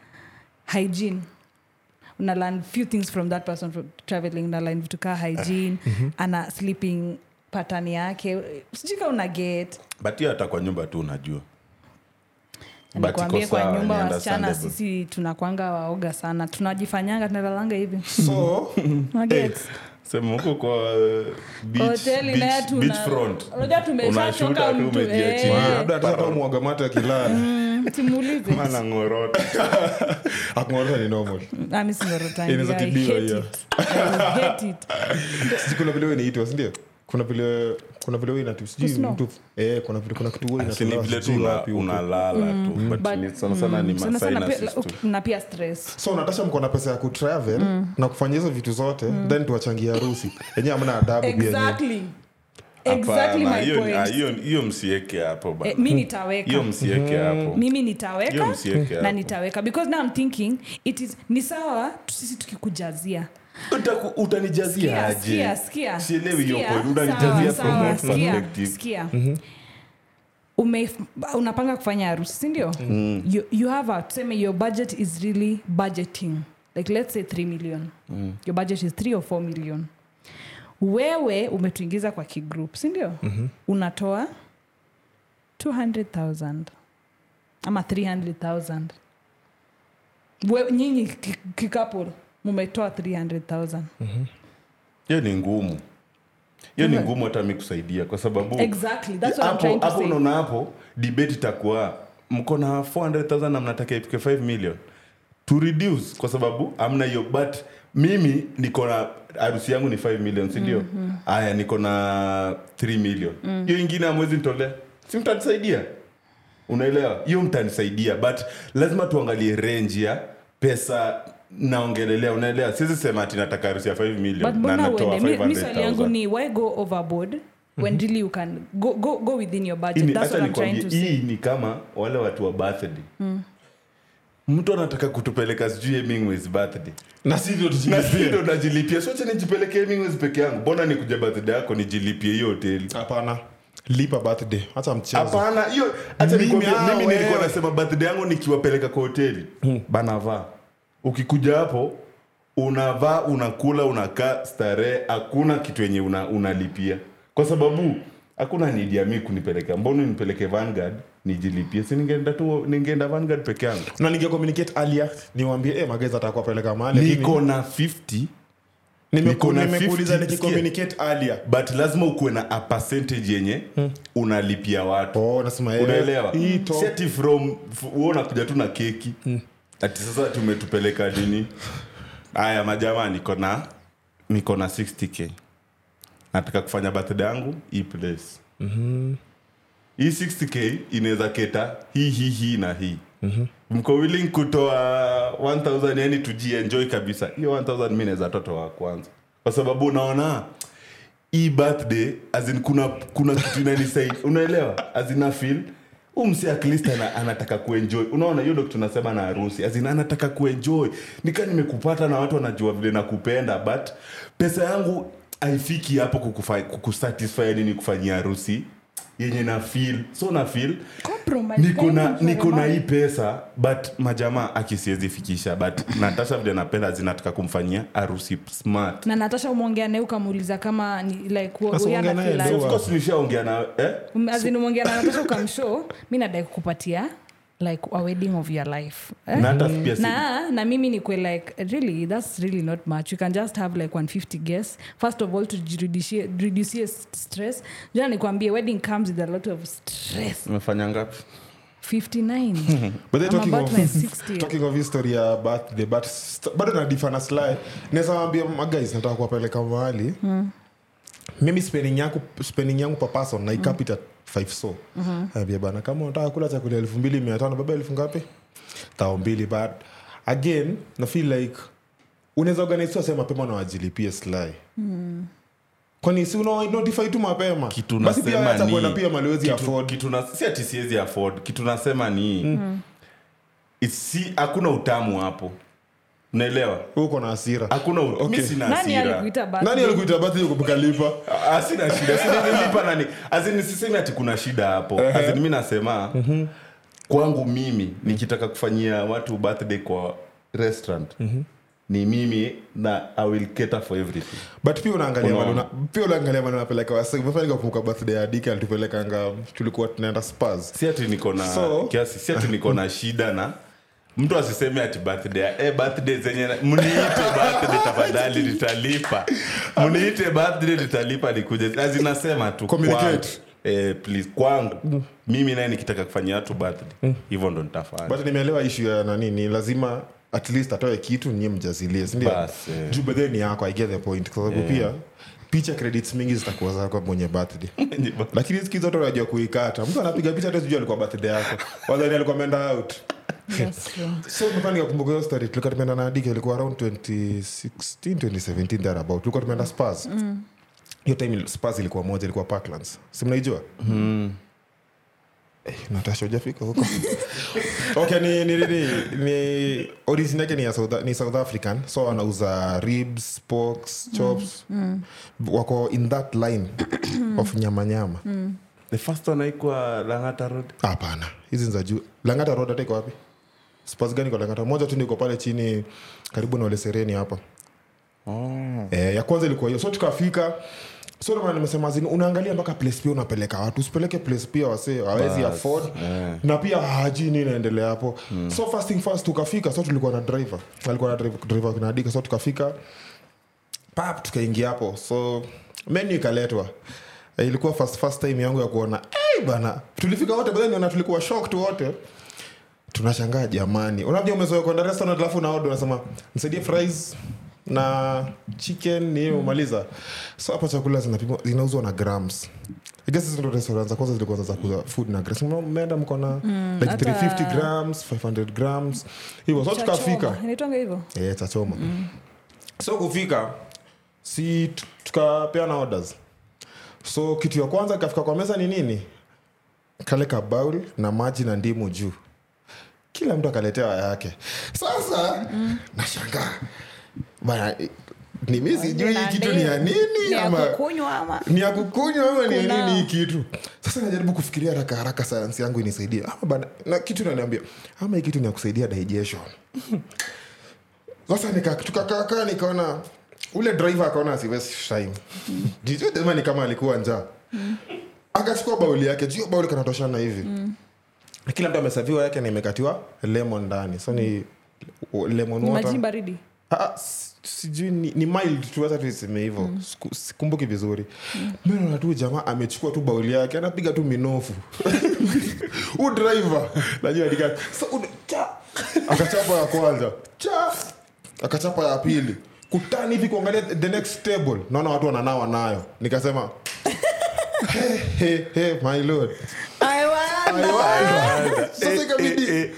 B: hygiene una learn few things from that person from traveling una learn vitu kaa hygiene
C: Ah, mhm.
B: ana sleeping pattern yake sijui ka una get
C: but hiyo hata kwa nyumba tu unajua But iko
B: nikuambie kwa
C: sawa,
B: nyumba
C: ni
B: wasichana
C: understandable.
B: sisi tunakwanga waoga sana tunajifanyanga tunalalanga hivi
A: so
B: Una get?
C: sema huko kwa uh, beach-
B: Hoteli
C: beach-
B: nayo tuna-
C: beach front.
B: Unajua tumeshachoka
C: Unashuta tu
B: mtu,
C: umejiachia.
B: eh.
A: labda hata hata mwagamata
B: Mm.
A: kilala
B: simuulize
C: Maana ngorota.
A: akungorota ni normal
B: Ami Ah, si ngorotangi.
A: Inaweza
B: I
A: tibiwa
B: hate
A: hiyo.
B: it. I hate it.
A: Sijui kuna vile inaitwa sindio kuna vile kuna vile inatu sijui
B: Kusno.
A: mtu eh kuna vile kuna kitu wewe
C: Si ni vile tu
A: sijui
C: una-
A: wapi huko.
C: unalala tu but
B: Mm, But- mm,
C: ni sana sana ni
B: Sana sana pia-
C: masinuses tu.
B: ok, na pia stress
A: so natasha mko na pesa ya kutravel na kufanya hizo vitu zote then tuwachangia harusi yenyewe amna adabu pia yenyewe
B: exactly exactly
C: Hapana,
B: my
C: hiyo- ah,
B: point
C: hiyo- hiyo msieke hapo ba-
B: Eh, mi nitaweka
C: hiyo msieke
A: Mm-hmm.
C: hapo
B: mimi
C: hiyo
B: nitaweka
C: msieke
B: na
C: hapo
B: nitaweka because now I'm thinking it is ni sawa tu sisi tukikujazia
C: Utaku- utanijazia
B: Skia,
C: aje
B: skia, skia.
C: sielewi hiyo
B: Skia,
C: point
B: sawa,
C: utanijazia from
B: sawa,
C: what
B: skia,
C: perspective
B: skia.
C: Mm-hmm.
B: Ume, unapanga kufanya harusi sindio mm.
C: Mm-hmm.
B: you, you have a tuseme your budget is really budgeting like let's say 3 million
C: Mm-hmm.
B: mm. your budget is 3 or 4 million wewe umetuingiza kwa kigroup sindio mm-hmm. unatoa 200000 ama 300000 We- nyinyi ki- kikapo mumetoa 300000
C: hiyo ni ngumu hiyo ni ngumu hata mi kusaidia kwa sababu
B: Exactly, that's what I'm
C: hapo
B: trying to
C: hapo
B: say.
C: unaona hapo debate itakuwa mko na 400000 na mnataka ipike 5 million to reduce kwa sababu amna hiyo but mimi niko na harusi yangu ni 5 million sindio
B: Mhm.
C: haya niko na 3 million
B: Mm.
C: hiyo ingine amwezi nitolea si mtanisaidia unaelewa hiyo mtanisaidia but lazima tuangalie renji ya pesa naongelelea unaelewa siwezi sema ati nataka harusi ya 5
B: but
C: million na
B: mbona
C: natoa
B: uende Mi- mi swali yangu
C: 500000
B: ni why go overboard when really you can go, go, go within your
C: Hii
B: budget
C: ni-
B: that's
C: Mhm. acha
B: what i'm trying to
C: nikwambie,
B: say Hmm.
C: hii ni kama wale watu wa birthday mtu anataka kutupeleka sijui Hemingway's birthday
A: na sisi ndio
C: na si
A: tujilipie
C: ndo najilipia socha nijipeleke Hemingway's peke yangu mbona nikuja birthday yako nijilipie hiyo hoteli
A: hapana lipa birthday hata mchezo
C: hapana hiyo acha
A: Mimi
C: nikwambie, Hmm.
A: hao
C: mimi nilikuwa
A: wewe.
C: nasema birthday yangu nikiwapeleka kwa hoteli banavaa ukikuja hapo unavaa unakula unakaa starehe hakuna kitu yenye una, unalipia kwa sababu hakuna nidi ya mi kunipeleka mbona nipeleke vanguard nijilipie si ningeenda tu ningeenda vanguard peke yangu
A: na ningeommunicate alia niwambie eh, mageza atakuwapeleka mahali
C: niko na 50 niko na 50,
A: nikicommunicate alia
C: but lazima ukuwe na a percentage yenye unalipia watu
A: oh, nasema eh,
C: unaelewa
A: hii to-
C: Si ati from f- wewe unakuja tu na keki ati sasa tumetupeleka nini haya majamaa niko na niko na 60k nataka kufanya birthday yangu hii place hii 60k inaweza keta hii hii hii na hii mko willing kutoa 1000 yani tujienjoy kabisa hiyo 1000 mi naweza toto wa kwanza kwa sababu unaona hii birthday azin kuna, kuna kitu inanisaidia unaelewa azina feel umse at least ana, anataka kuenjoy unaona hiyo ndo kitu nasema na harusi azin anataka kuenjoy nika nimekupata na watu wanajua vile nakupenda but pesa yangu haifiki hapo kukufa- kukusatisfy yani nikufanyia harusi yenye na feel so na feel
B: Compromise,
C: niko na
B: compromise.
C: niko na hii pesa but majamaa akisiwezi fikisha but natasha vile napenda zinataka kumfanyia harusi smart
B: na natasha umeongea naye ukamuuliza kama ni like wo-
A: Sasa
B: yeye
A: ongea
B: anafeel
A: naye
B: aje.
A: leo.
C: of course nishaongea na eh?
B: Um, as in umeongea na natasha ukamshow mi nadai kukupatia like a wedding of your life eh?
C: na hata pia si-
B: na na mimi nikwe like really that's really not much you can just have like 150 guests first of all tujireducie stress jana nikwambie wedding comes with a lot of stress
C: umefanya ngapi
B: 59
A: But then
B: I'm
A: talking
B: about
A: of-
B: my 60th.
A: talking of history ya birthday, but st- bado nadifana sly naweza wambia magais nataka kuwapeleka mahali
B: Hmm.
A: mimi spending yangu, spending yangu per person na ikapita 5 so
B: Hmm.
A: ambia bana kama unataka kula chakula elfu mbili mia tano baba elfu ngapi tao mbili but again na feel like unaweza organize sasa mapema na wajilipie sly
B: Hmm.
A: kwani si una notify tu mapema
C: kitu
A: basi pia hata
C: nasema
A: kwenda
C: ni
A: pia maliwezi
C: kitu-
A: afford
C: kitu na- si ati siwezi afford kitu nasema ni
B: Mm-hmm.
C: It's- si hakuna utamu hapo naelewa
A: huko na hasira
C: hakuna okay. mi sina
B: nani
C: hasira
B: alikuita
A: nani
B: birthday?
A: alikuita birthday ukalipa
C: Ah, sina shida sinilipa nani azini sisemi ati kuna shida hapo azini mi nasema kwangu mimi nikitaka kufanyia watu birthday kwa restaurant ni mimi na i will cater for everything
A: but pia unaangalia
C: Unaona.
A: maluna, pia unaangalia mali unapeleka wasi umefanyika kumbuka birthday ya dika alitupelekanga tulikuwa tunaenda spas
C: si ati niko na
A: So-
C: kiasi si ati niko na shida na mtu asiseme ati birthday eh birthday zenye mniite birthday tafadhali nitalipa mniite birthday nitalipa nikuja azinasema tu kwangu,
A: Communicate.
C: eh, please kwangu mimi naye nikitaka kufanyia watu
A: Mm.
C: birthday hivyo ndo nitafanya
A: but nimeelewa ishu ya nani ni lazima at least atoe kitu nyie mjazilie sindio
C: Bas, eh.
A: juu bedhe ni yako i get the point kwa sababu pia picha credits mingi zitakuwa zako mwenye birthday lakini hizi kizote unajua kuikata mtu anapiga picha hata sijui alikuwa birthday yako wadhani alikuwa ameenda out
B: That's true.
A: so mfani kakumbuka hiyo story tulikuwa tumeenda na adiki ilikuwa around 2016 2017 there about tulikuwa tumeenda spas hiyo time spas ilikuwa moja ilikuwa parklands si mnaijua Eh, natasha ujafika huko okay ni ni ni, ni origin yake ni, ya south, ni south african so wanauza ribs porks chops wako in that line of nyama nyama
C: the first one haikuwa langata road
A: hapana hizi ni za juu langata road hata iko wapi spas gani kwa langata moja tu niko pale chini karibu na olesereni hapa
C: oh.
A: eh, ya kwanza ilikuwa hiyo so tukafika so ndio maana nimesema zini unaangalia mpaka place pia unapeleka watu usipeleke place pia wasee hawezi afford
C: eh.
A: na pia haji ni inaendelea hapo so first thing first tukafika so tulikuwa na driver alikuwa na drive- driver kinadika so tukafika pap tukaingia hapo so menu ikaletwa Eh, ilikuwa first, first time yangu ya kuona hey, bana tulifika wote baadaye niona tulikuwa shocked wote tunashangaa jamani unajua umezoea kwenda restaurant alafu unaoda unasema nisaidie fries na chicken ni hiyo umaliza so hapa chakula zinapimwa zinauzwa na grams I guess hizo ndo restaurant za kwanza zilikuwa za kuuza food na grams Mna- mmeenda mko na like
B: Mm, hata-
A: 350 grams 500 grams hivyo so
B: Chachoma.
A: tukafika
B: Inaitwanga hivyo
A: Eh, tachoma
B: Mm.
A: so kufika si t- tukapeana orders so kitu ya kwanza ikafika kwa meza ni nini kale kabaul na maji na ndimu juu
B: Mm.
A: kila mtu akaletewa yake sasa nashangaa bana eh, nimi sijui hii kitu ni ya nini
B: Ni ya
A: ama
B: kukunywa ama
A: ni ya kukunywa ama ni ya
B: Kuna-
A: nini hii kitu sasa najaribu kufikiria haraka haraka sayansi yangu inisaidie ama bana, na kitu naniambia ama hii kitu ni ya kusaidia digestion sasa nika- tukakaakaa nikaona ule driver akaona asiwestim
B: Mm.
A: jijema ni kama alikuwa njaa akachukua bauli yake juu bauli kanatoshana hivi
B: Mm.
A: Na kila mtu amesaviwa yake na imekatiwa lemon ndani so ni lemon
B: Ni
A: water
B: Mm. maji baridi
A: Ah, si- sijui ni, ni mild tuweza tuiseme hivo Siku- sikumbuki vizuri mi naona tu jamaa amechukua tu bauli yake anapiga tu minofu u driver najua nika- so, u- cha! akachapa ya kwanza cha! akachapa ya pili kutani hivi kuangalia the next table naona watu wananawa nayo nikasema hey, hey, hey, my lord Iwanda. Sasa ikabidi-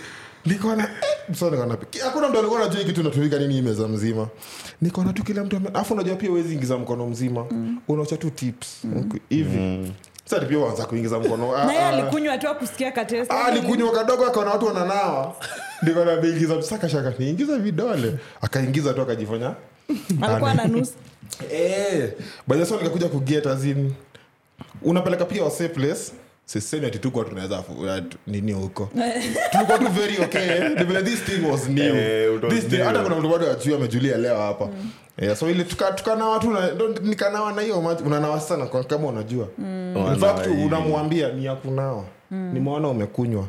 A: nikaona eh, sasa nikaona pi- hakuna mtu alikuwa anajua hii kitu inatumika nini hii meza mzima nikaona tu kila mtu ame- alafu unajua pia huwezi ingiza mkono mzima unaocha tu tips Huku- hivi sasa ati pia waanza kuingiza mkono Ah,
B: naye
A: ah.
B: alikunywa tu akusikia katesi
A: Ah, alikunywa kadogo akaona watu wananawa nikaona ameingiza saka shaka niingiza vidole akaingiza tu akajifanya
B: alikuwa na nusu
A: Eh, by the time nikakuja kuget as in unapeleka pia wase place sisemi ati tukuwa tunaweza fu- ya tu- nini huko tulikuwa tu very okay Ni vile this thing was new
C: Eh, it was
A: This thing-
C: new.
A: hata kuna mtu bado ajui amejulia leo hapa yeah, so ile tuka- tukanawa tu na- ndo nikanawa na hiyo maji unanawa sana kwa- kama unajua In
C: Unanawa
A: fact,
C: hivi.
A: unamwambia ni ya kunawa nimeona umekunywa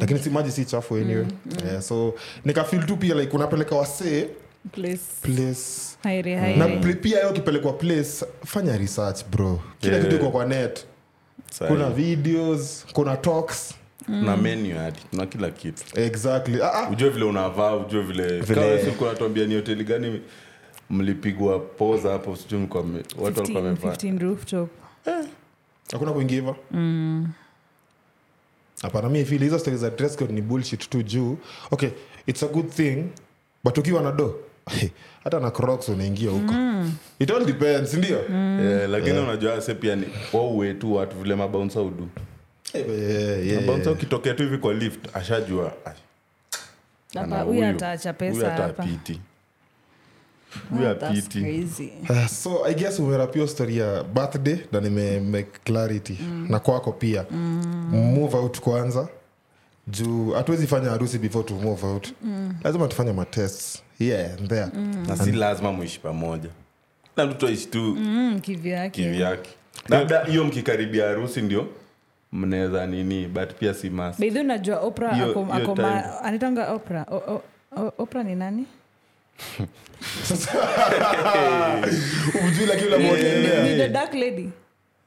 A: lakini si maji si chafu anyway yeah, so nikafil tu pia like unapeleka wasee
B: place
A: place
B: hairi
A: na
B: hairi
A: pl- pia yo kipelekwa place fanya research bro kila
C: Yeah.
A: kitu iko kwa net
C: Sahi.
A: kuna videos kuna talks
C: kuna menu hadi kuna kila kitu
A: exactly ah, ah.
C: ujue vile unavaa ujue vile
A: Vile-
C: vilekuatuambia ni hoteli gani mlipigwa poza hapo sijui mlikuwa mme- watu walikuwa
B: 15
C: wamevaa
B: 15 rooftop
A: hakuna kuingia hivyo hapana mi fili hizo stori za dress code ni bullshit tu juu okay it's a good thing but ukiwa na do hata na crocs unaingia huko it all depends ndio
B: Mm.
C: Eh, lakini unajua se pia ni waue tu watu vile mabaunsa udu
A: Eh, yeah.
C: mabaunsa ukitokea tu hivi kwa lift ashajua "Ai,
B: hapa
C: ana
B: huyu
C: huyu.
B: ataacha
C: huyu
B: pesa
C: hata
B: hapa
C: apiti huyu
B: Ah, that's
C: apiti
B: crazy.
A: Ah, so i guess umerapio story ya birthday na nime make clarity na kwako pia move out kwanza juu hatuwezi fanya harusi before to move out lazima tufanye matests yeah and there
C: na si
A: Mm.
C: lazima muishi pamoja na mtu tuishi tu
A: Hmm,
B: Mm, kivyake
C: kivyake labda hiyo mkikaribia harusi ndio mnaweza nini but pia si must
B: beidhi unajua opra
C: Hiyo-
B: ako-
C: hiyo
B: ako
C: time.
B: ma- anaitanga opra O- o- o- opra ni nani
A: Umjui lakini unamwongelea.
B: Ni the dark lady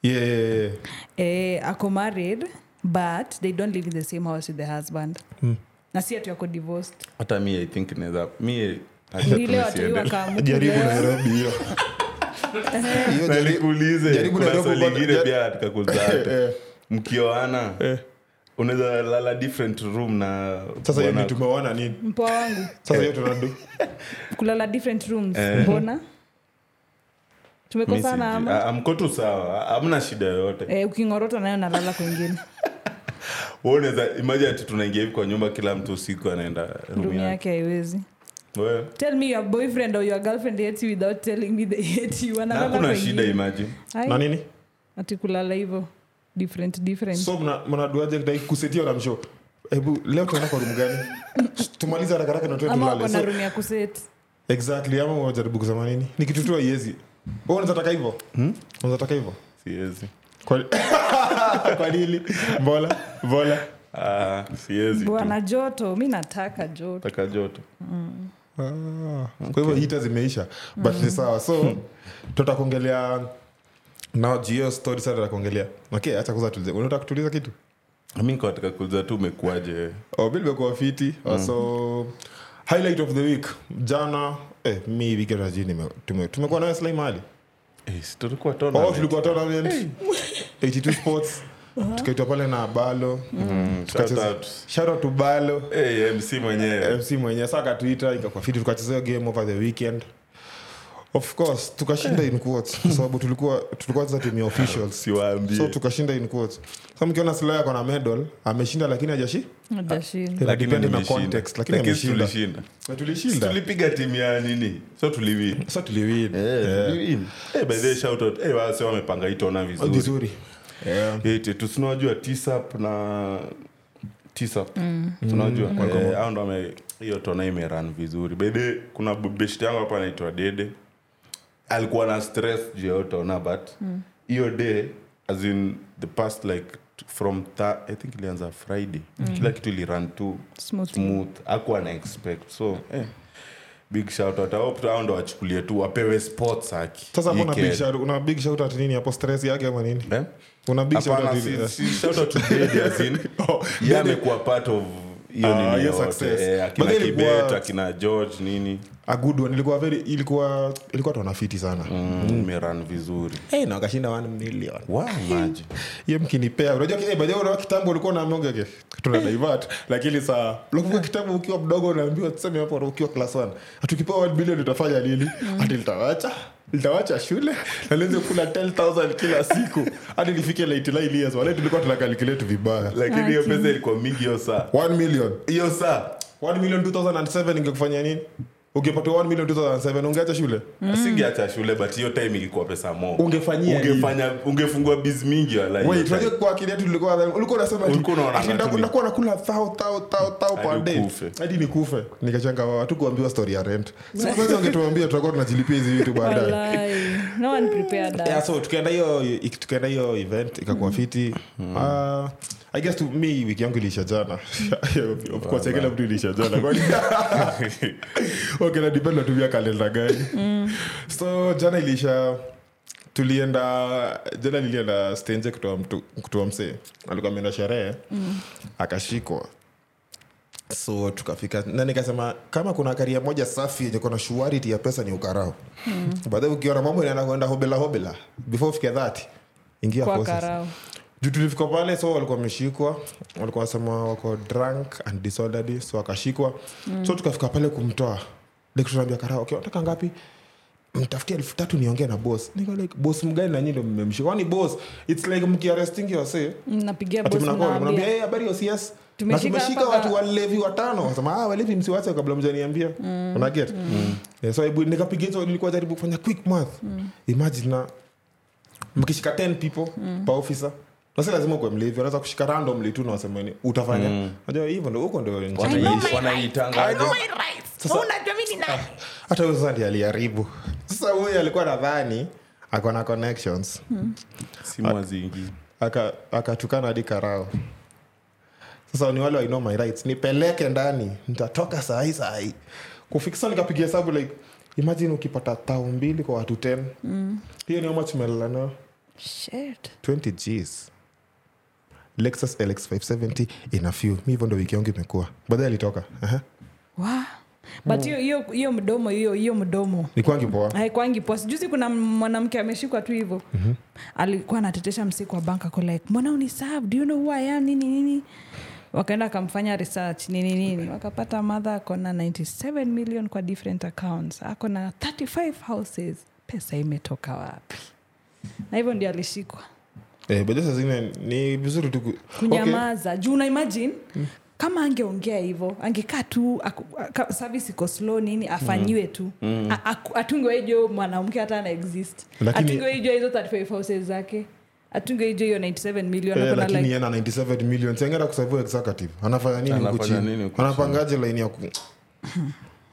A: Yeah, yeah, yeah.
B: eh, ako married but they don't live in the same house with the husband na si ati ako divorced
C: hata mi i think naweza mi
B: Ni ile watu hii wakaamua
A: jaribu
B: kulewa.
A: nairobi hiyo Hiyo jari-
C: Yaani nikuulize
A: jaribu
C: kuna
A: Nairobi
C: swali
A: bado-
C: ingine
A: ja-
C: pia katika
A: yaani- Eh,
C: kuzaa
A: eh.
C: mkioana unaweza lala different room na
A: sasa hiyo
C: bwana-
A: ni tumeona nini
B: mpoa wangu
A: sasa hiyo tunadu
B: kulala different rooms mbona
C: Mi Eh. sijui.
B: tumekosana ama
C: Ah, mko tu sawa Ah, hamna shida yoyote
B: eh, ukingorota nayo nalala kwengine
C: wewe unaweza imagine ati tunaingia hivi kwa nyumba kila mtu usiku anaenda room
B: rumi
C: yake
B: yake haiwezi
C: wewe
B: tell me your boyfriend or your girlfriend hates you without telling me they hate you
C: na
B: analala
C: hakuna
B: kwengine.
C: shida imagine
B: Ai,
A: na nini
B: ati kulala hivyo different different
A: so mna- mnaduaje kudai kusetia na msho hebu leo tunaenda kwa rumu gani tumalize haraka haraka na tuwe
B: ama
A: tulale
B: wako
A: so,
B: na room ya kuseti
A: exactly ama unajaribu kusema nini ni kitu tu haiwezi Wewe unaweza taka hivyo hmm? unazataka hivyo
C: siwezi
A: kwa Ah, kwa nini mbona mbona
C: ah siwezi tu.
B: bwana joto mi nataka joto
C: taka joto
A: ah, kwa hivyo hita zimeisha but ni sawa
C: Hmm.
A: so tutakuongelea na jio story sana tutakuongelea okay acha kwanza tulize unataka kutuliza kitu
C: mi niko katika kuzaa tu umekuaje
A: oh, mi nimekuwa
C: Hmm.
A: fiti so highlight of the week jana eh, mi weekend ajii nime- tume- tumekuwa nayo slai mahali
C: Eh, si tulikuwa
A: oh,
C: tournament.
A: tulikuwa tournament 82 sports tukaitwa pale na balo
C: Mm, shout out.
A: shara tu balo
C: Eh, MC mwenyewe
A: mc mwenyewe saa akatuita ikakuwa fiti tukachezea game over the weekend of course tukashinda in quotes kwa sababu tulikuwa tulikuwa za timu ya officials
C: Siwaambie.
A: so tukashinda in quotes sasa mkiona sila yako na medal ameshinda lakini hajashi
C: Ah.
B: Atashinda.
C: Lakini
A: depend na
C: nilishinda.
A: context, lakini
C: Lakini
A: ameshinda.
C: tulishinda.
A: Na
C: Si
A: tulishinda
C: tulipiga timu ya nini so tuliwin
A: so tuliwin
C: Eh, by the way, shout out. Eh, wase wamepanga hii tona
A: Oh,
C: vizuri
A: vizuri yeah.
C: tusinajua tsap na tsap tunajua Eh, hao ndo wame- hiyo tona imeran vizuri bede kuna beshti yangu hapa anaitwa dede alikuwa na stress juu ya hiyo tona but hiyo day as in the past like t- from tha, i think ilianza friday kila kitu iliran tu
B: Smooth.
C: smooth akuwa na expect so eh, big shout out I hope hao ndo wachukulie tu wapewe sports haki
A: sasa hapo una
C: Hii
A: big
C: kid.
A: shout- una big shout at nini hapo stress yake ama nini
C: Eh?
A: una big shout
C: Hapana,
A: out
C: si-
A: nini?
C: si- shout out to Dede, as in, yeye amekuwa part of hiyo
A: Ah,
C: nini
A: hiyo
C: yote.
A: success.
C: Eh, akina
A: But then ilikuwa-
C: Kibet, akina george nini
A: a good one ilikuwa very ilikuwa ilikuwa tona fiti sana
C: Mm, imeran vizuri
A: hey, na wakashinda 1 million
C: wamaji
A: hiyo mkinipea unajua eh, kile baadhi yao kitambo ulikuwa unaambiwa ke tuna divert lakini saa unakumbuka kitambo ukiwa mdogo unaambiwa tuseme hapo ukiwa class 1 atukipewa 1 billion utafanya nini hadi litawacha litawacha shule na lianze kula 10000 kila siku hadi lifike 99 years wale tulikuwa tuna calculate vibaya
C: lakini hiyo pesa ilikuwa mingi hiyo saa
A: 1 million
C: hiyo saa
A: 1 million 2007 ingekufanya nini ungepatiwa 1 million 2007 ungeacha shule
B: Mm.
C: singeacha shule but hiyo time ilikuwa pesa mo
A: Ungefanyia nini?
C: ungefanya ungefungua biz mingi wala hiyo
A: Wait,
C: time.
A: unajua kwa akili yetu tulikuwa nadhani- Eh, ulikuwa unasema ati-
C: Ulikuwa unaona
A: ati
C: ngatu
A: ndaku-
C: ni-
A: ndakuwa nakula thao thao thao thao per
C: Hadi
A: day.
C: ukufe.
A: hadi nikufe nikachanga wao hatukuambiwa story ya rent siku zote wangetuambia tutakuwa tunajilipia hizi vitu baadaye
B: Walai. No one prepared us.
A: Yeah, so tukaenda hiyo ik- tukaenda hiyo event ikakuwa fiti Ah, i guess to me wiki yangu iliisha jana of course kila mtu iliisha jana Kwani- okay na depend natumia kalenda gani so jana iliisha tulienda jana nilienda stenje kutoa mtu kutoa msee alikuwa ameenda sherehe akashikwa so tukafika na nikasema kama kuna karia moja safi yenye kona shuariti ya pesa ni ukarao mm. baadae ukiona mambo inaenda kuenda hobela hobela before ufike dhati ingia
B: Kwa
A: forces.
B: karao.
A: juu tulifika pale so walikuwa wameshikwa walikuwa wanasema wako drunk and disorderly so akashikwa mm. so tukafika pale kumtoa like tunaambia karaa okay unataka ngapi mtafutie elfu tatu niongee na bos niko like bos mgani nanyi ndo mmemshika kwani bos its like mkiarestingi wasee
B: Napigia
A: Ati
B: boss
A: mnakuwa- mnaambia,
B: naambia.
A: "Eh, habari ya OCS?" na
B: Tumeshika
A: tumeshika
B: hapa
A: watu
B: ka-
A: walevi watano Wasema, "Ah, walevi msiwache kabla mjaniambia unaget Eh, so hebu nikapiga hizo nilikuwa jaribu kufanya quick math imagine na mkishika 10 people per officer nasi lazima ukuwe mlevi wanaweza kushika randomly tu na waseme ni utafanya najua hivyo ndo huko ndo nchi
C: Wanai-
A: inaisha.
C: wanaitangaza.
A: hata huyo sasa ndiye aliharibu sasa huyo alikuwa nadhani ako na connections
C: Si mwazingi.
A: Aka- akatukana hadi karao sasa ni wale wa I know my rights nipeleke ndani nitatoka sahii sahii kufikisa nikapigia hesabu like imagine ukipata tao mbili kwa watu 10 hiyo ni amach umelala nao
B: Shit.
A: 20 gs lexus lx 570 in a few mi hivyo ndo wiki yangu imekuwa baadaye alitoka Aha.
B: Wow.
A: Mm.
B: but hiyo hiyo hiyo mdomo hiyo hiyo mdomo
A: nilikuwa
B: Mm.
A: ngipoa
B: haikwangi poa sijuzi kuna mwanamke ameshikwa tu hivyo
A: Mhm.
B: alikuwa anatetesha msiku wa bank ako like mbona uniserve? do you know who I am nini nini wakaenda akamfanya research nini nini wakapata madha ako na 97 million kwa different accounts ako na 35 houses pesa imetoka wapi na hivyo ndio alishikwa
A: eh, baadaye saa zingine ni vizuri tu ku- okay.
B: kunyamaza okay. juu unaimagine mm. kama angeongea hivyo angekaa tu aku- aka- service iko slow nini afanyiwe tu mm. atungewejo mwanamke hata ana exist
A: Lakini-
B: atungewejo hizo 35 houses zake atungewejo hiyo 97 million
A: Eh,
B: Akona
A: lakini
B: like,
A: yeye ana 97 million Si angeenda kusavua executive anafanya nini huku
C: Anafanya nini
A: chini
C: huku
A: anapangaje laini ya ku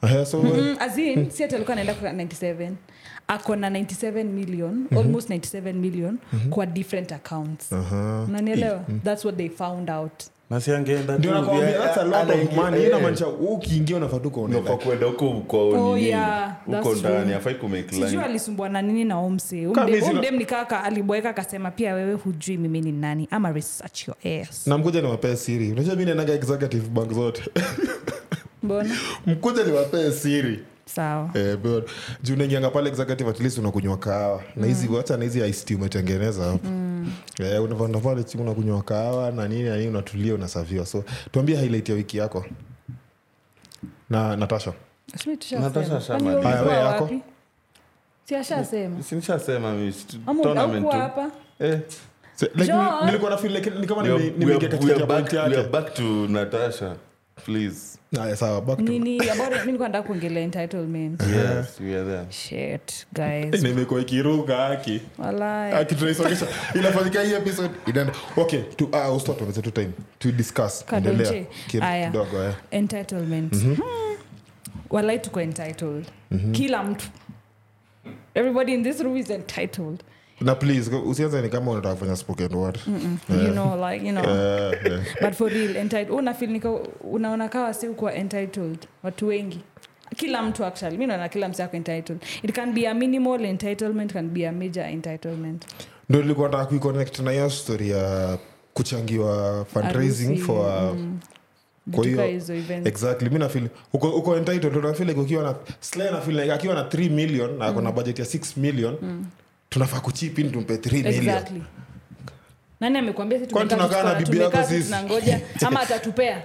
A: Eh, so
B: Mm, as in si ati alikuwa anaenda kwa 97 ako na 97 million
A: Mhm.
B: almost 97 million kwa different accounts
A: Aha. Mm,
B: unanielewa that's what they found out
C: na si angeenda tu
A: Ndio nakwambia,
C: vya-
A: that's a lot of
C: anaingia-
A: money. Hiyo
C: eh.
A: inamaanisha wewe ukiingia unafaa tu kuona
C: Unafaa
A: like-
C: kuenda huko kwa
B: Oh,
C: nini,
B: yeah,
C: huko
B: that's
C: ndani
B: true.
C: afai kumake line.
B: sijuu alisumbua na nini na omse
A: Kama mimi sina-
B: umdem nikaa aliboeka akasema pia wewe hujui mimi ni nani ama research your ass
A: na mkuja niwapee siri unajua mi naendaga executive bank zote
B: mbona
A: mkuja niwapee siri
B: sawa
A: Eh, bro. juu naingianga pale executive at least unakunywa kahawa na hizi wacha na hizi ice tea umetengeneza hapo Eh, unavanda pale chini unakunywa kahawa na nini na nini unatulia unasaviwa so tuambie highlight ya wiki yako na natasha
B: Sijui tushasema.
C: Natasha
B: Kwani
C: Shamali.
B: wewe
A: Haya, wewe
B: ulikuwa
A: yako?
B: wapi? siashasema
C: sinishasema mimi,
B: ama
C: tournament
B: unaukua
C: tu.
B: hapa
C: Eh,
A: So, like,
B: John.
A: nili- nilikuwa na feel like ni kama
C: we are-
A: nime- nimeingia
C: we are-
A: katikati
C: we are
A: ya
C: back-
A: point
C: we are
A: yake
C: back to natasha please
A: Haya, sawa back to-
B: nini about mi nilikuwa nataka kuongelea entitlement
C: yes we are there
B: shit guys
A: Na imekuwa ikiruka aki
B: walai
A: akitunaisongesha inafanyika hii episode inaenda okay tu ah usta tumeze tu time to discuss
B: Kadonje.
A: endelea Kid-
B: Aya.
A: kidogo eh
B: entitlement
C: Mhm.
B: Hmm. walai tuko entitled kila mtu everybody in this room is entitled
A: na please usianze ni kama unataka kufanya spoken word
B: you know like you know
A: Eh, eh.
B: but for real entitled una feel nika unaona kawa si kuwa entitled watu wengi kila mtu actually mi naona kila mtu ako entitled it can be a minimal entitlement can be a major entitlement
A: ndo nilikuwa nataka kuiconnect na hiyo story ya kuchangiwa fundraising
B: Harusi, Mm.
A: for uh,
B: Vitu
A: kwa hiyo
B: kaa hizo events
A: exactly mi nafil uko, uko entitled unafil like ukiwa na sle nafil like akiwa na 3 million na ako
B: Mm.
A: na budget ya 6 million tunafaa kuchipin tumpe 3 million
B: exactly nani amekuambia sisi
A: Kwani
B: tumekaa
A: tunakaa na
B: tukichukua-
A: bibi yako
B: tumekaa tu
A: sisi?
B: tunangoja ama atatupea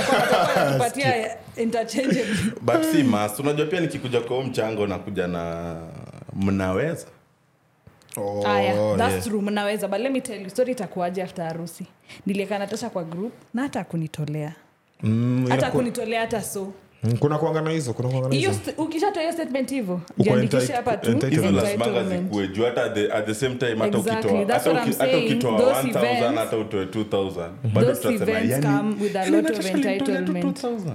B: atakupatia interchangeably
C: but si mas unajua pia nikikuja kwa huu mchango nakuja na mnaweza
A: Oh,
B: aya
A: yeah.
B: thats true mnaweza but let me tell you story itakuaje after harusi niliekaa natasha kwa group na hata kunitolea
A: Mm,
B: hata
A: inakuwa-
B: kunitolea hata so
A: Mm, kuna kuangana hizo kuna kuangana
B: hiyo
A: hizo
B: st- ukishatoa hiyo statement hivyo
A: Uko
B: jiandikishe
A: entitled-
B: hapa tu
A: entitled.
C: hizo
A: Entitlement.
C: lazimanga zikuwe juu hata at the- at the same time hata
B: Exactly,
C: ukitoa-
B: that's
C: hata
B: what I'm
C: uki- hata
B: saying.
C: ukitoa
B: Those
C: 1000
B: events-
C: hata utoe 2000 bado
B: those
C: tutasema
B: events
C: yani
B: come with a
A: Yaani
B: lot of entitlement
C: entitlement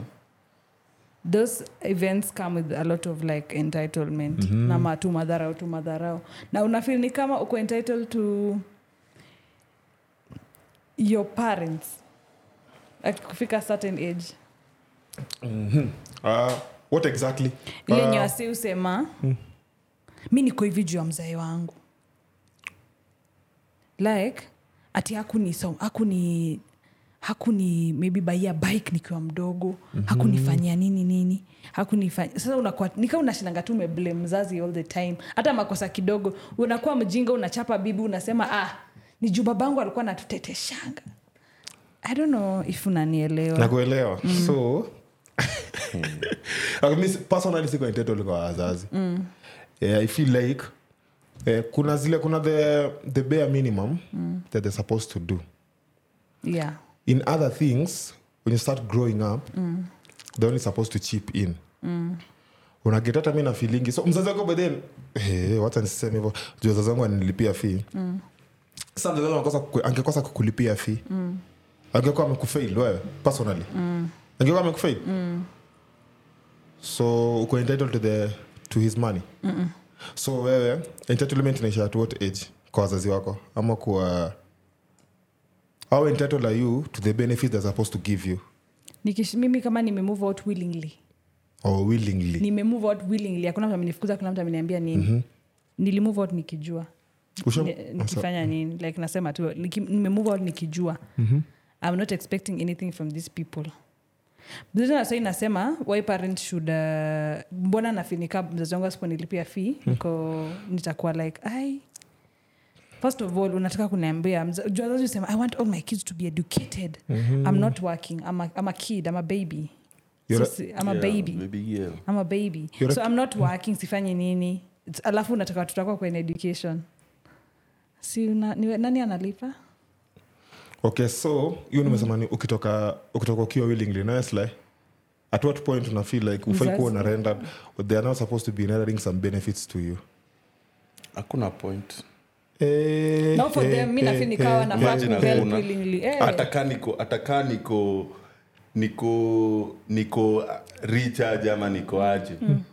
B: those events come with a lot of like entitlement
C: Mhm.
B: mm-hmm. na matu madharau tu madharau na unafil ni kama uko entitled to your parents like kufika certain age
A: Ah, what exactly
B: ile
A: Ah,
B: nye wasi usema mi niko hivi juu ya mzae wangu like ati hakunisom hakuni hakuni maybe baia bike nikiwa mdogo mm-hmm. hakunifanyia nini nini hakunifanya sasa unakuwa nika unashinanga tu umeblame mzazi all the time hata makosa kidogo unakuwa mjinga unachapa bibi unasema ah ni juu babangu alikuwa natuteteshanga i don't know if unanielewa
A: nakuelewa
B: Mm.
A: so Like, mi si- personally siko entitled kwa wazazi
B: Mm.
A: Eh, i feel like eh, kuna zile kuna the, the bare minimum
B: Mm.
A: that they're supposed to do
B: yeah
A: in other things when you start growing up they're only supposed to chip in unageta hata mi na filingi so mzazi wako by then eh, wacha nisiseme hivyo juu wazazi wangu anilipia fee sasa mzazi wangu anakosa kuku- angekosa kukulipia fee angekuwa amekufail wewe personally angekuwa amekufail so uko entitled to, the, to his money so wewe entitlement inaisha at what age kwa wazazi wako ama kwa how entitled are you to the benefits they're supposed to give you
B: Nikish, mimi kama nimemove out willingly
A: or willingly
B: nimemove out willingly hakuna mtu amenifukuza kuna mtu ameniambia nini
A: Mhm.
B: nilimove out nikijua
A: Usha-
B: Ni- nikifanya nini like nasema tu niki- nimemove out nikijua
A: Mhm.
B: i'm not expecting anything from these people sa inasema why parent should uh, mbona nafinika mzazi wangu asiponilipia
A: Hmm.
B: fee niko nitakuwa like ai first of all unataka kuniambia mza- juu wazazi husema i want all my kids to be educated i'm not working I'm a, I'm a kid i'm a baby
A: Mhm. You're
B: so,
A: a-
B: si- I'm a baby I'm a baby.
A: You're
B: so
A: a-
B: I'm not working, sifanyi nini. It's- Alafu nataka watoto wako kwenye education. Si una, niwe, nani analipa?
A: okay so
B: Mm-hmm.
A: hiyo nimesema ni ukitoka ukitoka ukiwa willingly nasli at what point una feel like ufai kuwa
B: Mzazi.
A: una rendered they are not supposed to be rendering some benefits to you
C: hakuna point
A: Eh,
B: Now for
A: eh,
B: them, mi
A: eh,
B: nafeel
A: eh,
B: nikawa na
A: eh,
B: fact
A: eh,
C: Imagine
B: to help
C: hakuna.
B: willingly. Eh.
C: hatakaa niko hatakaa niko niko niko richard ama niko aje
B: Hmm.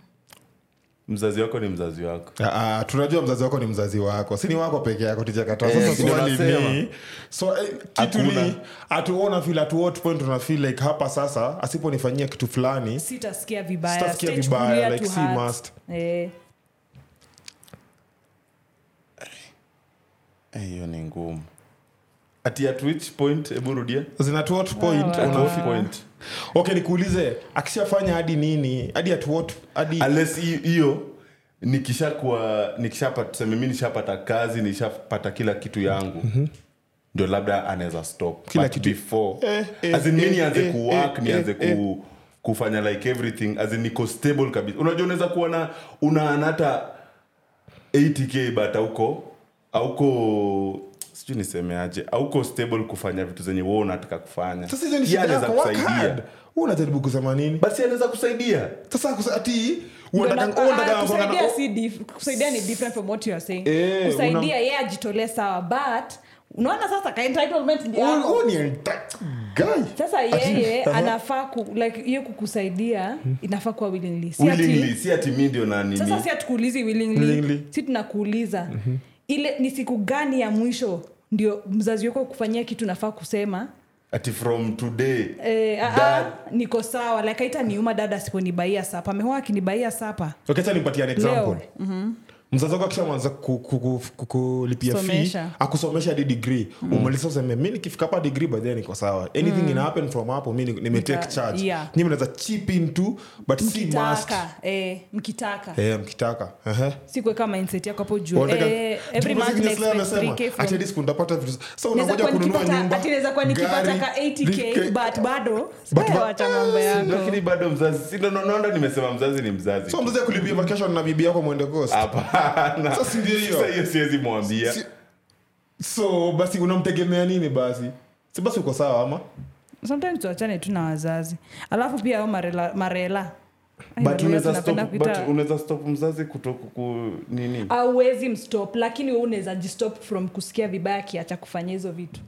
C: mzazi wako ni mzazi wako
A: Ah, ah, tunajua mzee wako ni mzazi wako si ni wako peke yako tijakataa
C: Eh,
A: sasa
C: si ndio
A: swali ni
C: nasema.
A: so eh, kitu ni
C: Hakuna.
A: atuona fil at what point una feel like hapa sasa asiponifanyia kitu fulani
B: Sitasikia vibaya.
A: Sitasikia
B: Stage
A: vibaya,
B: kulia
A: like,
B: to
A: si
B: heart.
A: must.
B: Eh.
C: Eh, hiyo ni ngumu ati at which point hebu rudia
A: zina at what point
C: At
A: una
C: what point
A: okay nikuulize akishafanya hadi nini hadi at what hadi
C: unless hi- hiyo nikishakuwa nikishapata tuseme mi nishapata kazi nishapata kila kitu yangu
B: Mhm.
C: ndio labda anaweza stop
A: Kila
C: But
A: kitu.
C: before
A: Eh, eh,
C: as in mi
A: eh,
C: nianze
A: eh,
C: kuwork
A: eh,
C: nianze
A: eh, eh.
C: ku, kufanya like everything as in niko stable kabisa unajua unaweza kuwa na unaana hata 80k but auko auko sijui nisemeaje auko stable kufanya vitu zenye wo unataka kufanya
A: sasa hizo ni
C: Yeye
A: shida
C: anaweza
A: yako work hard
C: kusaidia
A: wewe unajaribu kusema nini
C: basi anaweza kusaidia
A: sasa kusa- ati
B: Ndio
A: unataka
B: na-
A: unataka
B: ah,
A: kuangana-
B: kusaidia si dif- kusaidia ni different from what you are saying
A: Eh,
B: kusaidia
A: una-
B: yeye ajitolee sawa but unaona sasa ka entitlement ni
A: Huyu-
B: yako.
A: huyu ni enta- guy.
B: sasa yeye
A: Ati- aha. Hmm.
B: anafaa ku, like hiyo kukusaidia inafaa kuwa willingly si
C: willingly
B: ati
C: si ati mi ndio na nini
B: sasa si atukuulizi willingly,
A: Willingly. Mhm.
B: si tunakuuliza ile ni siku gani ya mwisho ndio mzazi wako kufanyia kitu nafaa kusema
C: ati from today
B: eh, ah,
C: Dad.
B: ah, niko sawa like aita niuma dada asiponibaia sapa amekuwa akinibaia sapa
A: Okay, acha nimpatie an example
B: Leo.
A: mzazi wako akishamwanza ku- ku- ku- ku- kulipia fee
B: Somesha.
A: akusomesha hadi digri
B: Mm.
A: umaliza useme mi nikifika hapa digri baadaye niko sawa anything ina happen from hapo mi ni- nimetake
B: Nita-
A: charge
B: yeah.
A: Nyinyi mnaweza chip into but si must
B: mkitaka eh, mkitaka
A: Eh, mkitaka Ehe.
B: sikuweka mindset yako hapo juu
A: Wanataka-
B: eh, every
A: Juu
B: month
A: Business Leo
B: na expect
A: amesema,
B: 3K from-
A: ati hadi siku nitapata vitu sasa
B: Naweza
A: unangoja
B: kuwa
A: kununua
B: nikipata-
A: nyumba
B: ati naweza kuwa nikipata
A: gari,
B: ka 80k
A: DK.
B: but bado
A: But ba-
B: wacha mambo yako
C: lakini bado mzazi si ndo- ndo- ndo- ndo nimesema mzazi ni mzazi
A: so mzazi akulipia vacation na bibi yako mwende coast
C: Ah, hapana
A: Sasa ndio hiyo.
C: Sasa hiyo siwezi mwambia
B: Eh,
A: Si- so basi unamtegemea nini basi si basi uko sawa ama
B: sometimes tuachane tu na wazazi alafu pia ao marela, marela. Ai,
C: but
B: marela
C: unaweza stop,
B: tunapenda
C: but
B: kuita- Ah.
C: unaweza stop mzazi kutoku ku nini
B: hauwezi mstop lakini wewe unaweza jistop from kusikia vibaya akiacha kufanya hizo vitu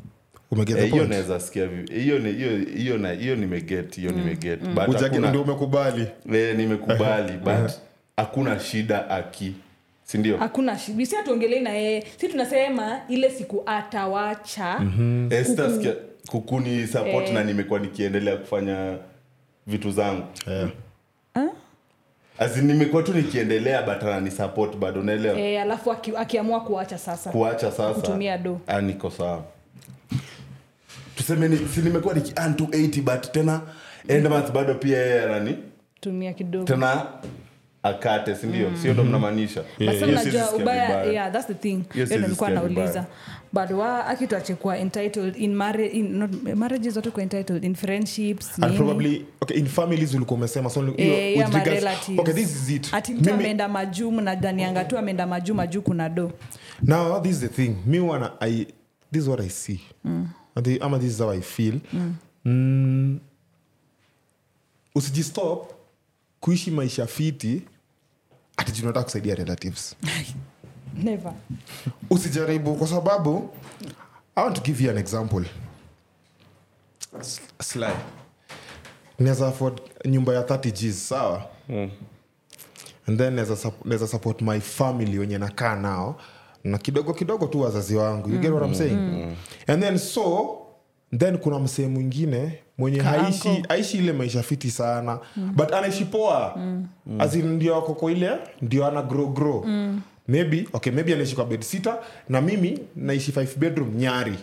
A: Umeget the
C: Eh, hiyo
A: point?
C: naweza sikia vi- hiyo ni- hiyo hiyo na- hiyo nimeget
B: Mm,
C: hiyo nimeget but
A: Hujaki-
C: hakuna-
A: ndio umekubali
C: eh, nimekubali but hakuna shida aki sindio
B: hakuna shi- si atuongelei na yeye si tunasema ile siku atawacha
C: Mhm. Esther Eh, sikia- kukuni support
B: Mm. Eh.
C: na nimekuwa nikiendelea kufanya vitu zangu As in, nimekuwa tu nikiendelea but anani support bado unaelewa
B: eh, alafu aki- akiamua kuacha sasa
C: kuacha sasa
B: Kutumia do.
C: Ah, niko sawa tuseme ni- si nimekuwa niki earn 280 but tena end month bado pia yeye anani
B: tumia kidogo
C: tena akate sindio sio ndo mnamaanisha
B: But
C: Hiyo
B: sasa
C: siwezi
B: unajua
C: sikia
B: ubaya
C: vibaya.
B: yeah, that's the thing
C: Hiyo
B: Hiyo
C: siwezi
B: ndo nilikuwa
C: sikia vibaya.
B: nauliza but wa akituache kuwa entitled in, marri in not, marriages zote kuwa entitled in friendships
A: and
B: nini.
A: probably okay in families ulikuwa umesema so you know,
B: Eh, ya
A: with regards-
B: marelatives.
A: okay this is it
B: ati mtu
A: mimi
B: ameenda majumu na danianga tu ameenda majumu juu kuna do
A: now this is the thing mi wana i this is what i see Ati- ama this is how i feel Mm, usijistop kuishi maisha fiti ati junataka kusaidia relatives
B: never
A: usijaribu kwa sababu i want to give you an example S- sly naweza afford nyumba ya 30 gs sawa and then naweza sup- naweza support my family wenye nakaa nao na kidogo kidogo tu wazazi wangu you get what I'm saying and then so then kuna msee mwingine mwenye haishi, haishi ile maisha fiti sana but anaishi poa As in ndio akoko ile ndio ana grow grow maybe okay maybe anaishi kwa bed sita na mimi naishi five bedroom nyari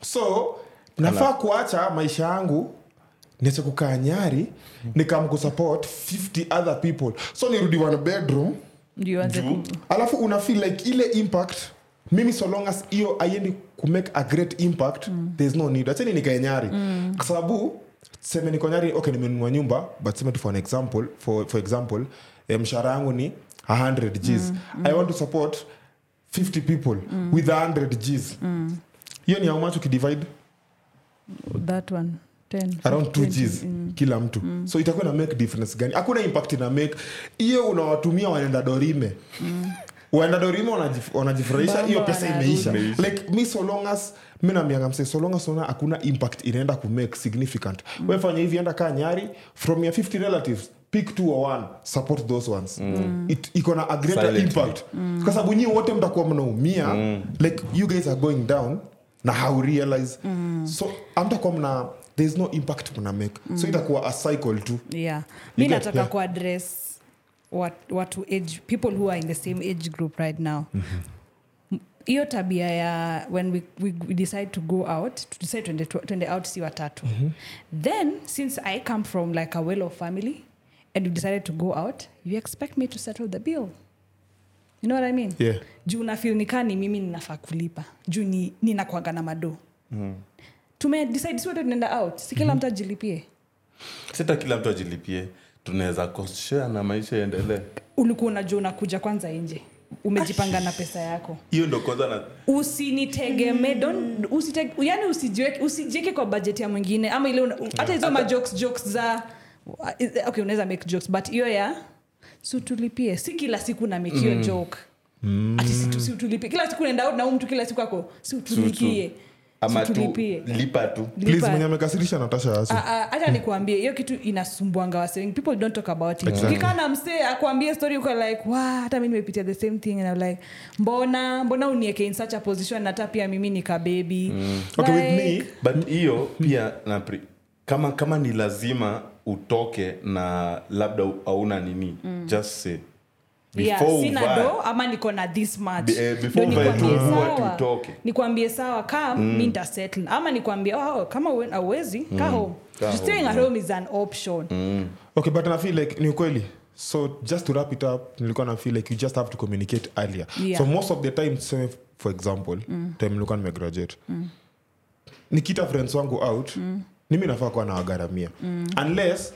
A: so nafaa kuacha maisha yangu niache kukaa nyari nikamkusupport 50 other people so nirudi one bedroom
B: ndio anze
C: Juu,
B: ku-
A: alafu una feel like ile impact mimi so long as hiyo aiendi kumake a great impact mm. thereis no need acheni nikae nyari mm. kwa sababu seme niko nyari okay nimenunua nyumba but seme tu for an example for, for example eh, mshahara yangu ni 100 gs mm. i want to support 50 people mm. with 100 gs hiyo mm. ni how much ukidivide
B: that one 10,
A: around two
B: 20,
A: gs kila mtu
B: Mm.
A: so itakuwa na make difference gani hakuna impact ina make hiyo unawatumia wanaenda dorime waenda dorime wanajif- wanajifurahisha
B: Mm. Bamba
A: hiyo pesa
B: wanarudi.
A: imeisha like mi so long as mi namianga mse so long as unaona hakuna impact inaenda kumake significant mm. wefanya hivi enda kaa nyari from your 50 relatives pick two or one support those ones Mm. It- iko na a greater
C: Silently.
A: impact kwa sababu nyii wote mtakuwa mnaumia like you guys are going down na how realize so amtakuwa mna thereis no impact mna make so itakuwa a cycle tu
B: yeah mi
A: get-
B: nataka
A: yeah.
B: kuaddress wat, watu age people who are in the same age group right now
A: Mm-hmm.
B: M- hiyo tabia ya when we, we, we decide to go out to decide twende, twende out si watatu
A: Mm-hmm.
B: then since i come from like a well of family and we decided to go out you expect me to settle the bill you know what i mean
A: yeah
B: juu nafil nikaa ni mimi ninafaa kulipa juu ni- ninakuanga na mado
A: Mm-hmm.
B: tumedecide si wote tunaenda out si kila mtu ajilipie
C: sita kila mtu ajilipie tunaweza koshea na maisha iendelee
B: ulikuwa unajua unakuja kwanza nje umejipanga na pesa yako
C: hiyo ndo kwanza na
B: usinitegemee don't- usiteg- yani usijiweke usijiweke kwa bajeti ya mwingine ama ile una- hata hizo majokes jokes za okay unaweza make jokes but hiyo ya situlipie si kila siku na make
D: Mm.
B: hiyo joke ati situ- siutulipie kila siku naenda out na huyu mtu kila siku ako siutulipie
D: ama tu
B: situlipie
D: lipa tu
A: please
B: Lipa.
A: mwenye amekasirisha natasha asi
B: Ah, ah, hata nikuambie hiyo kitu inasumbuanga wase wengi people don't talk about it
A: Exactly.
B: ukikaa na msee akuambie story uko like wa hata mi nimepitia the same thing and I'm like mbona mbona unieke in such a position na hata pia mimi nikabebi mm.
A: Okay, with me,
C: but hiyo pia na pri- kama kama ni lazima utoke na labda hauna nini just say Before
B: Mm. sina
C: uvae-
B: do ama niko na this much
C: Be- eh, before
B: Ndio
C: uvae
B: nikwambie
C: tu nguo
B: sawa.
C: ati utoke.
B: nikwambie sawa ka mi ntasettle ama nikwambie oh, kama uwe- hauwezi ka home
C: Kaa
B: staying at home is an option
A: okay but nafeel like ni ukweli so just to wrap it up nilikuwa na feel like you just have to communicate earlier
B: Yeah.
A: so most of the time tuseme for example time nilikuwa nimegraduate nikita friends wangu out mimi nafaa kuwa nawagharamia unless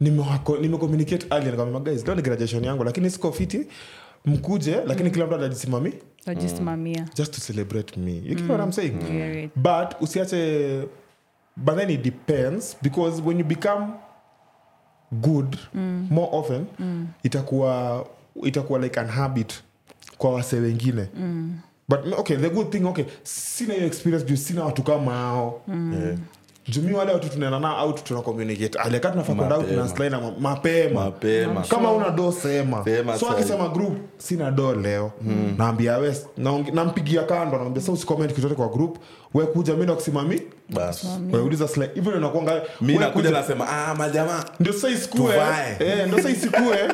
A: nimewako- nimecommunicate earlier nikamwambia, guys leo ni graduation yangu lakini siko fiti mkuje lakini kila mtu atajisimami
B: tajisimamia
A: just to celebrate me you get what i'm saying
B: Hear it.
A: but usiache but then it depends because when you become good more often itakuwa itakuwa like an habit kwa wase wengine but okay the good thing okay sina hiyo experience juu sina watu kama hao
C: Yeah.
A: jumi wale watu tunaenda nao out tuna communicate alikaa tunafaa kwenda out
C: Mapema.
A: tuna slide na ma- mapema
C: mapema
A: kama una do sema
C: Sema
A: so
C: sahi.
A: akisema group sina do leo naambia we naonge- nampigia kando naambia sa usicomment kitote kwa group we kuja mi nakusimami
C: basi
A: weuliza sla- hivyo ndio inakuanga
C: mi
A: we
C: nakuja
A: kuja-
C: nasema ah majamaa
A: ndio sasa isikue
C: Tuvae.
A: eh, ndio sasa isikue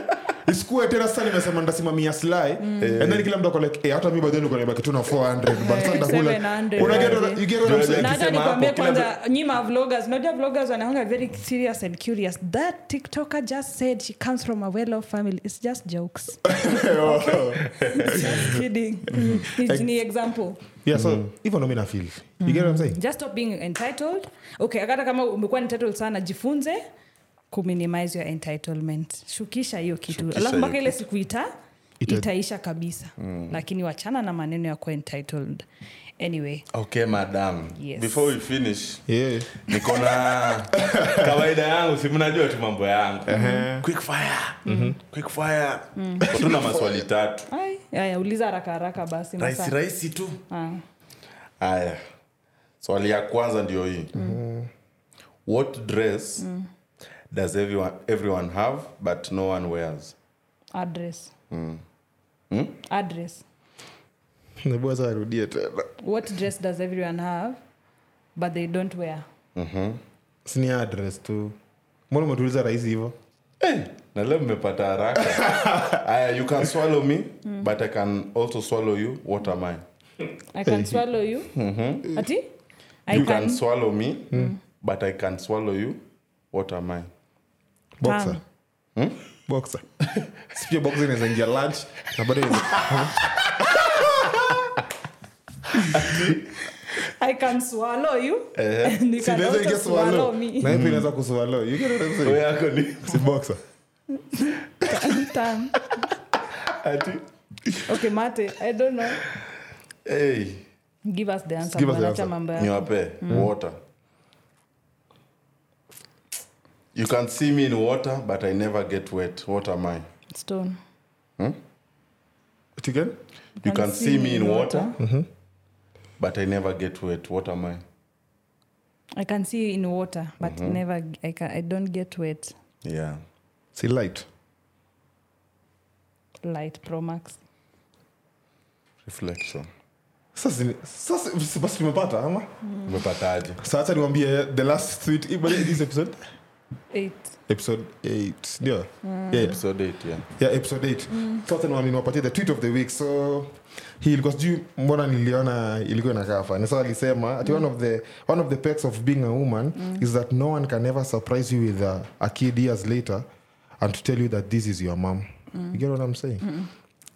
A: isikue tena sasa nimesema ndasimamia slai and then kila mtu ako like eh, hata mi badheni kanibaki tu na 400 but sasa ndakula
B: 700.
A: Una get what- you get what I'm saying?
B: na
C: Akisema
B: hata nikwambie
C: hapo, kila
B: kwanza nyima vloggers unajua vloggers wanaonga very serious and curious that tiktoker just said she comes from a well off family it's just jokes just kidding
C: Mm-hmm.
B: Ni- ni example
A: yeah so hivyo ndo mi nafeel you get what I'm saying
B: just stop being entitled okay hata kama umekuwa entitled sana jifunze kuminimize your entitlement shukisha hiyo kitu
C: Shukisha
B: alafu mpaka
C: hiyo Mm.
B: ile siku ita
A: Ita-
B: itaisha kabisa lakini wachana na maneno ya kuwa entitled anyway
C: okay madam
B: Yes.
C: before we finish
A: yeah
C: niko na kawaida yangu si mnajua tu mambo yangu quick fire
B: Mm-hmm.
C: quick fire
B: Mm.
C: Kwa tu na maswali tatu
B: Ai, aya uliza haraka haraka basi masaa.
C: rahisi rahisi tu
B: Ah.
C: haya swali ya kwanza ndio hii
B: Mm-hmm.
C: what dress
B: Mm.
C: does everyone, everyone have but no one wears
B: address
A: Hmm?
B: address
A: niboza arudie tena
B: what dress does everyone have but they don't wear
A: sini address tu mbona umetuliza rahisi hivo
C: hey, Eh, na leo mmepata haraka haya you can swallow me
B: Mm.
C: but i can also swallow you what am i
B: i can swallow you
A: Mm-hmm.
B: ati i
C: you
B: can Mm.
C: can swallow me but i can swallow you what am i
A: boxer
B: Tamu.
A: boxer sipia boxer inaweza ingia lunch na bado inaweza-
B: i can swallow you and you
A: Eh? Si
B: can
A: inaweza
B: also
A: ingia
B: swallow
A: swallow
B: me
A: na hiyo pia inaweza kuswallow you get what I'm saying
C: yako ni
A: si boxer
B: Tamu.
C: ati
B: okay mate i don't know
C: hey,
B: give us the answer
A: Give us the
B: bwana,
A: answer.
B: acha mambo ya-
C: niwape water you can see me in water but i never get wet what am i
B: stone
A: What again
C: you can see me in water but i never get wet what am i
B: i can see you in water but
A: Mm-hmm.
B: never I, can, i don't get wet
C: yeah
A: si light
B: light pro max
C: reflection
A: sasa ni- sasa si- basi tumepata ama
C: Mm. umepataje
A: sasa niwambie the last tweet ibali this episode
B: 8
A: episode 8 ndio yeah
C: episode 8 yeah
A: yeah, episode 8 sasa ni wani- niwapatie the tweet of the week so hii ilikuwa sijui mbona niliona ilikuwa inakaa fani so alisema ati one of the one of the perks of being a woman is that no one can ever surprise you with a, a kid years later and to tell you that this is your mom you get what i'm saying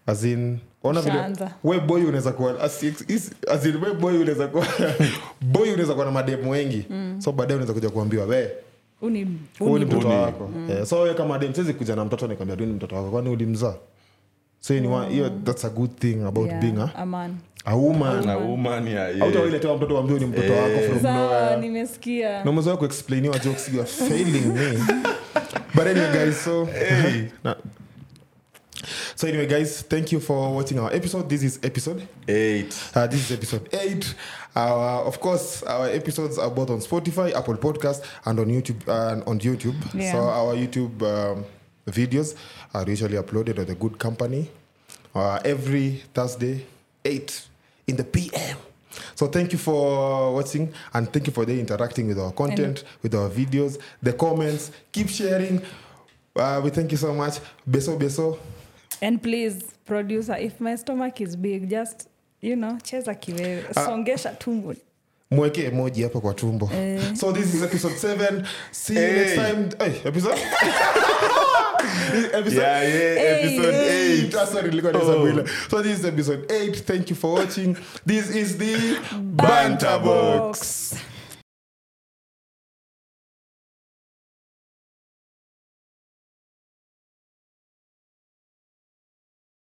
A: as in ona vile
B: Ushaanza.
A: we boy unaweza kuwa as, is- as in we boy unaweza kuwa boy unaweza kuwa na mademu wengi so baadaye unaweza kuja kuambiwa we
B: uni,
A: huu ni
B: uni
A: mtoto wako Eh, so we kama dem siwezi kuja na mtoto nikwambia tu ni mtoto wako kwani ulimzaa so ni wa- hiyo that's a good thing about
B: Yeah,
A: being a,
B: a man.
A: a woman
C: na woman ya yeah.
A: autawailetewa mtoto wambio ni mtoto wako from
B: sawa
A: nowhere.
B: nimesikia
A: na umezoea kuexplainiwa jokes you are failing me but anyway guys so Na- so anyway guys thank you for watching our episode this is episode
C: Eight.
A: uh, this is episode 8 our, of course our episodes are both on spotify apple podcast and on youtube and on youtube
B: Yeah.
A: so our youtube um, videos are usually uploaded on the good company uh, every thursday 8 in the pm so thank you for watching and thank you for the interacting with our content with our videos the comments keep sharing uh, we thank you so much beso beso
B: and please producer if my stomach is big just you know cheza kiwewe songesha tumbo
A: mweke emoji hapa kwa tumbo so this is episode 7 see you next
C: Hey.
A: time hey, episode This is episode
C: Yeah, yeah, Oh. episode
B: Hey.
C: eight.
A: Ah, sorry, nilikuwa nimesahau ile. so this is episode 8 thank you for watching this is the banter
C: Banter
A: box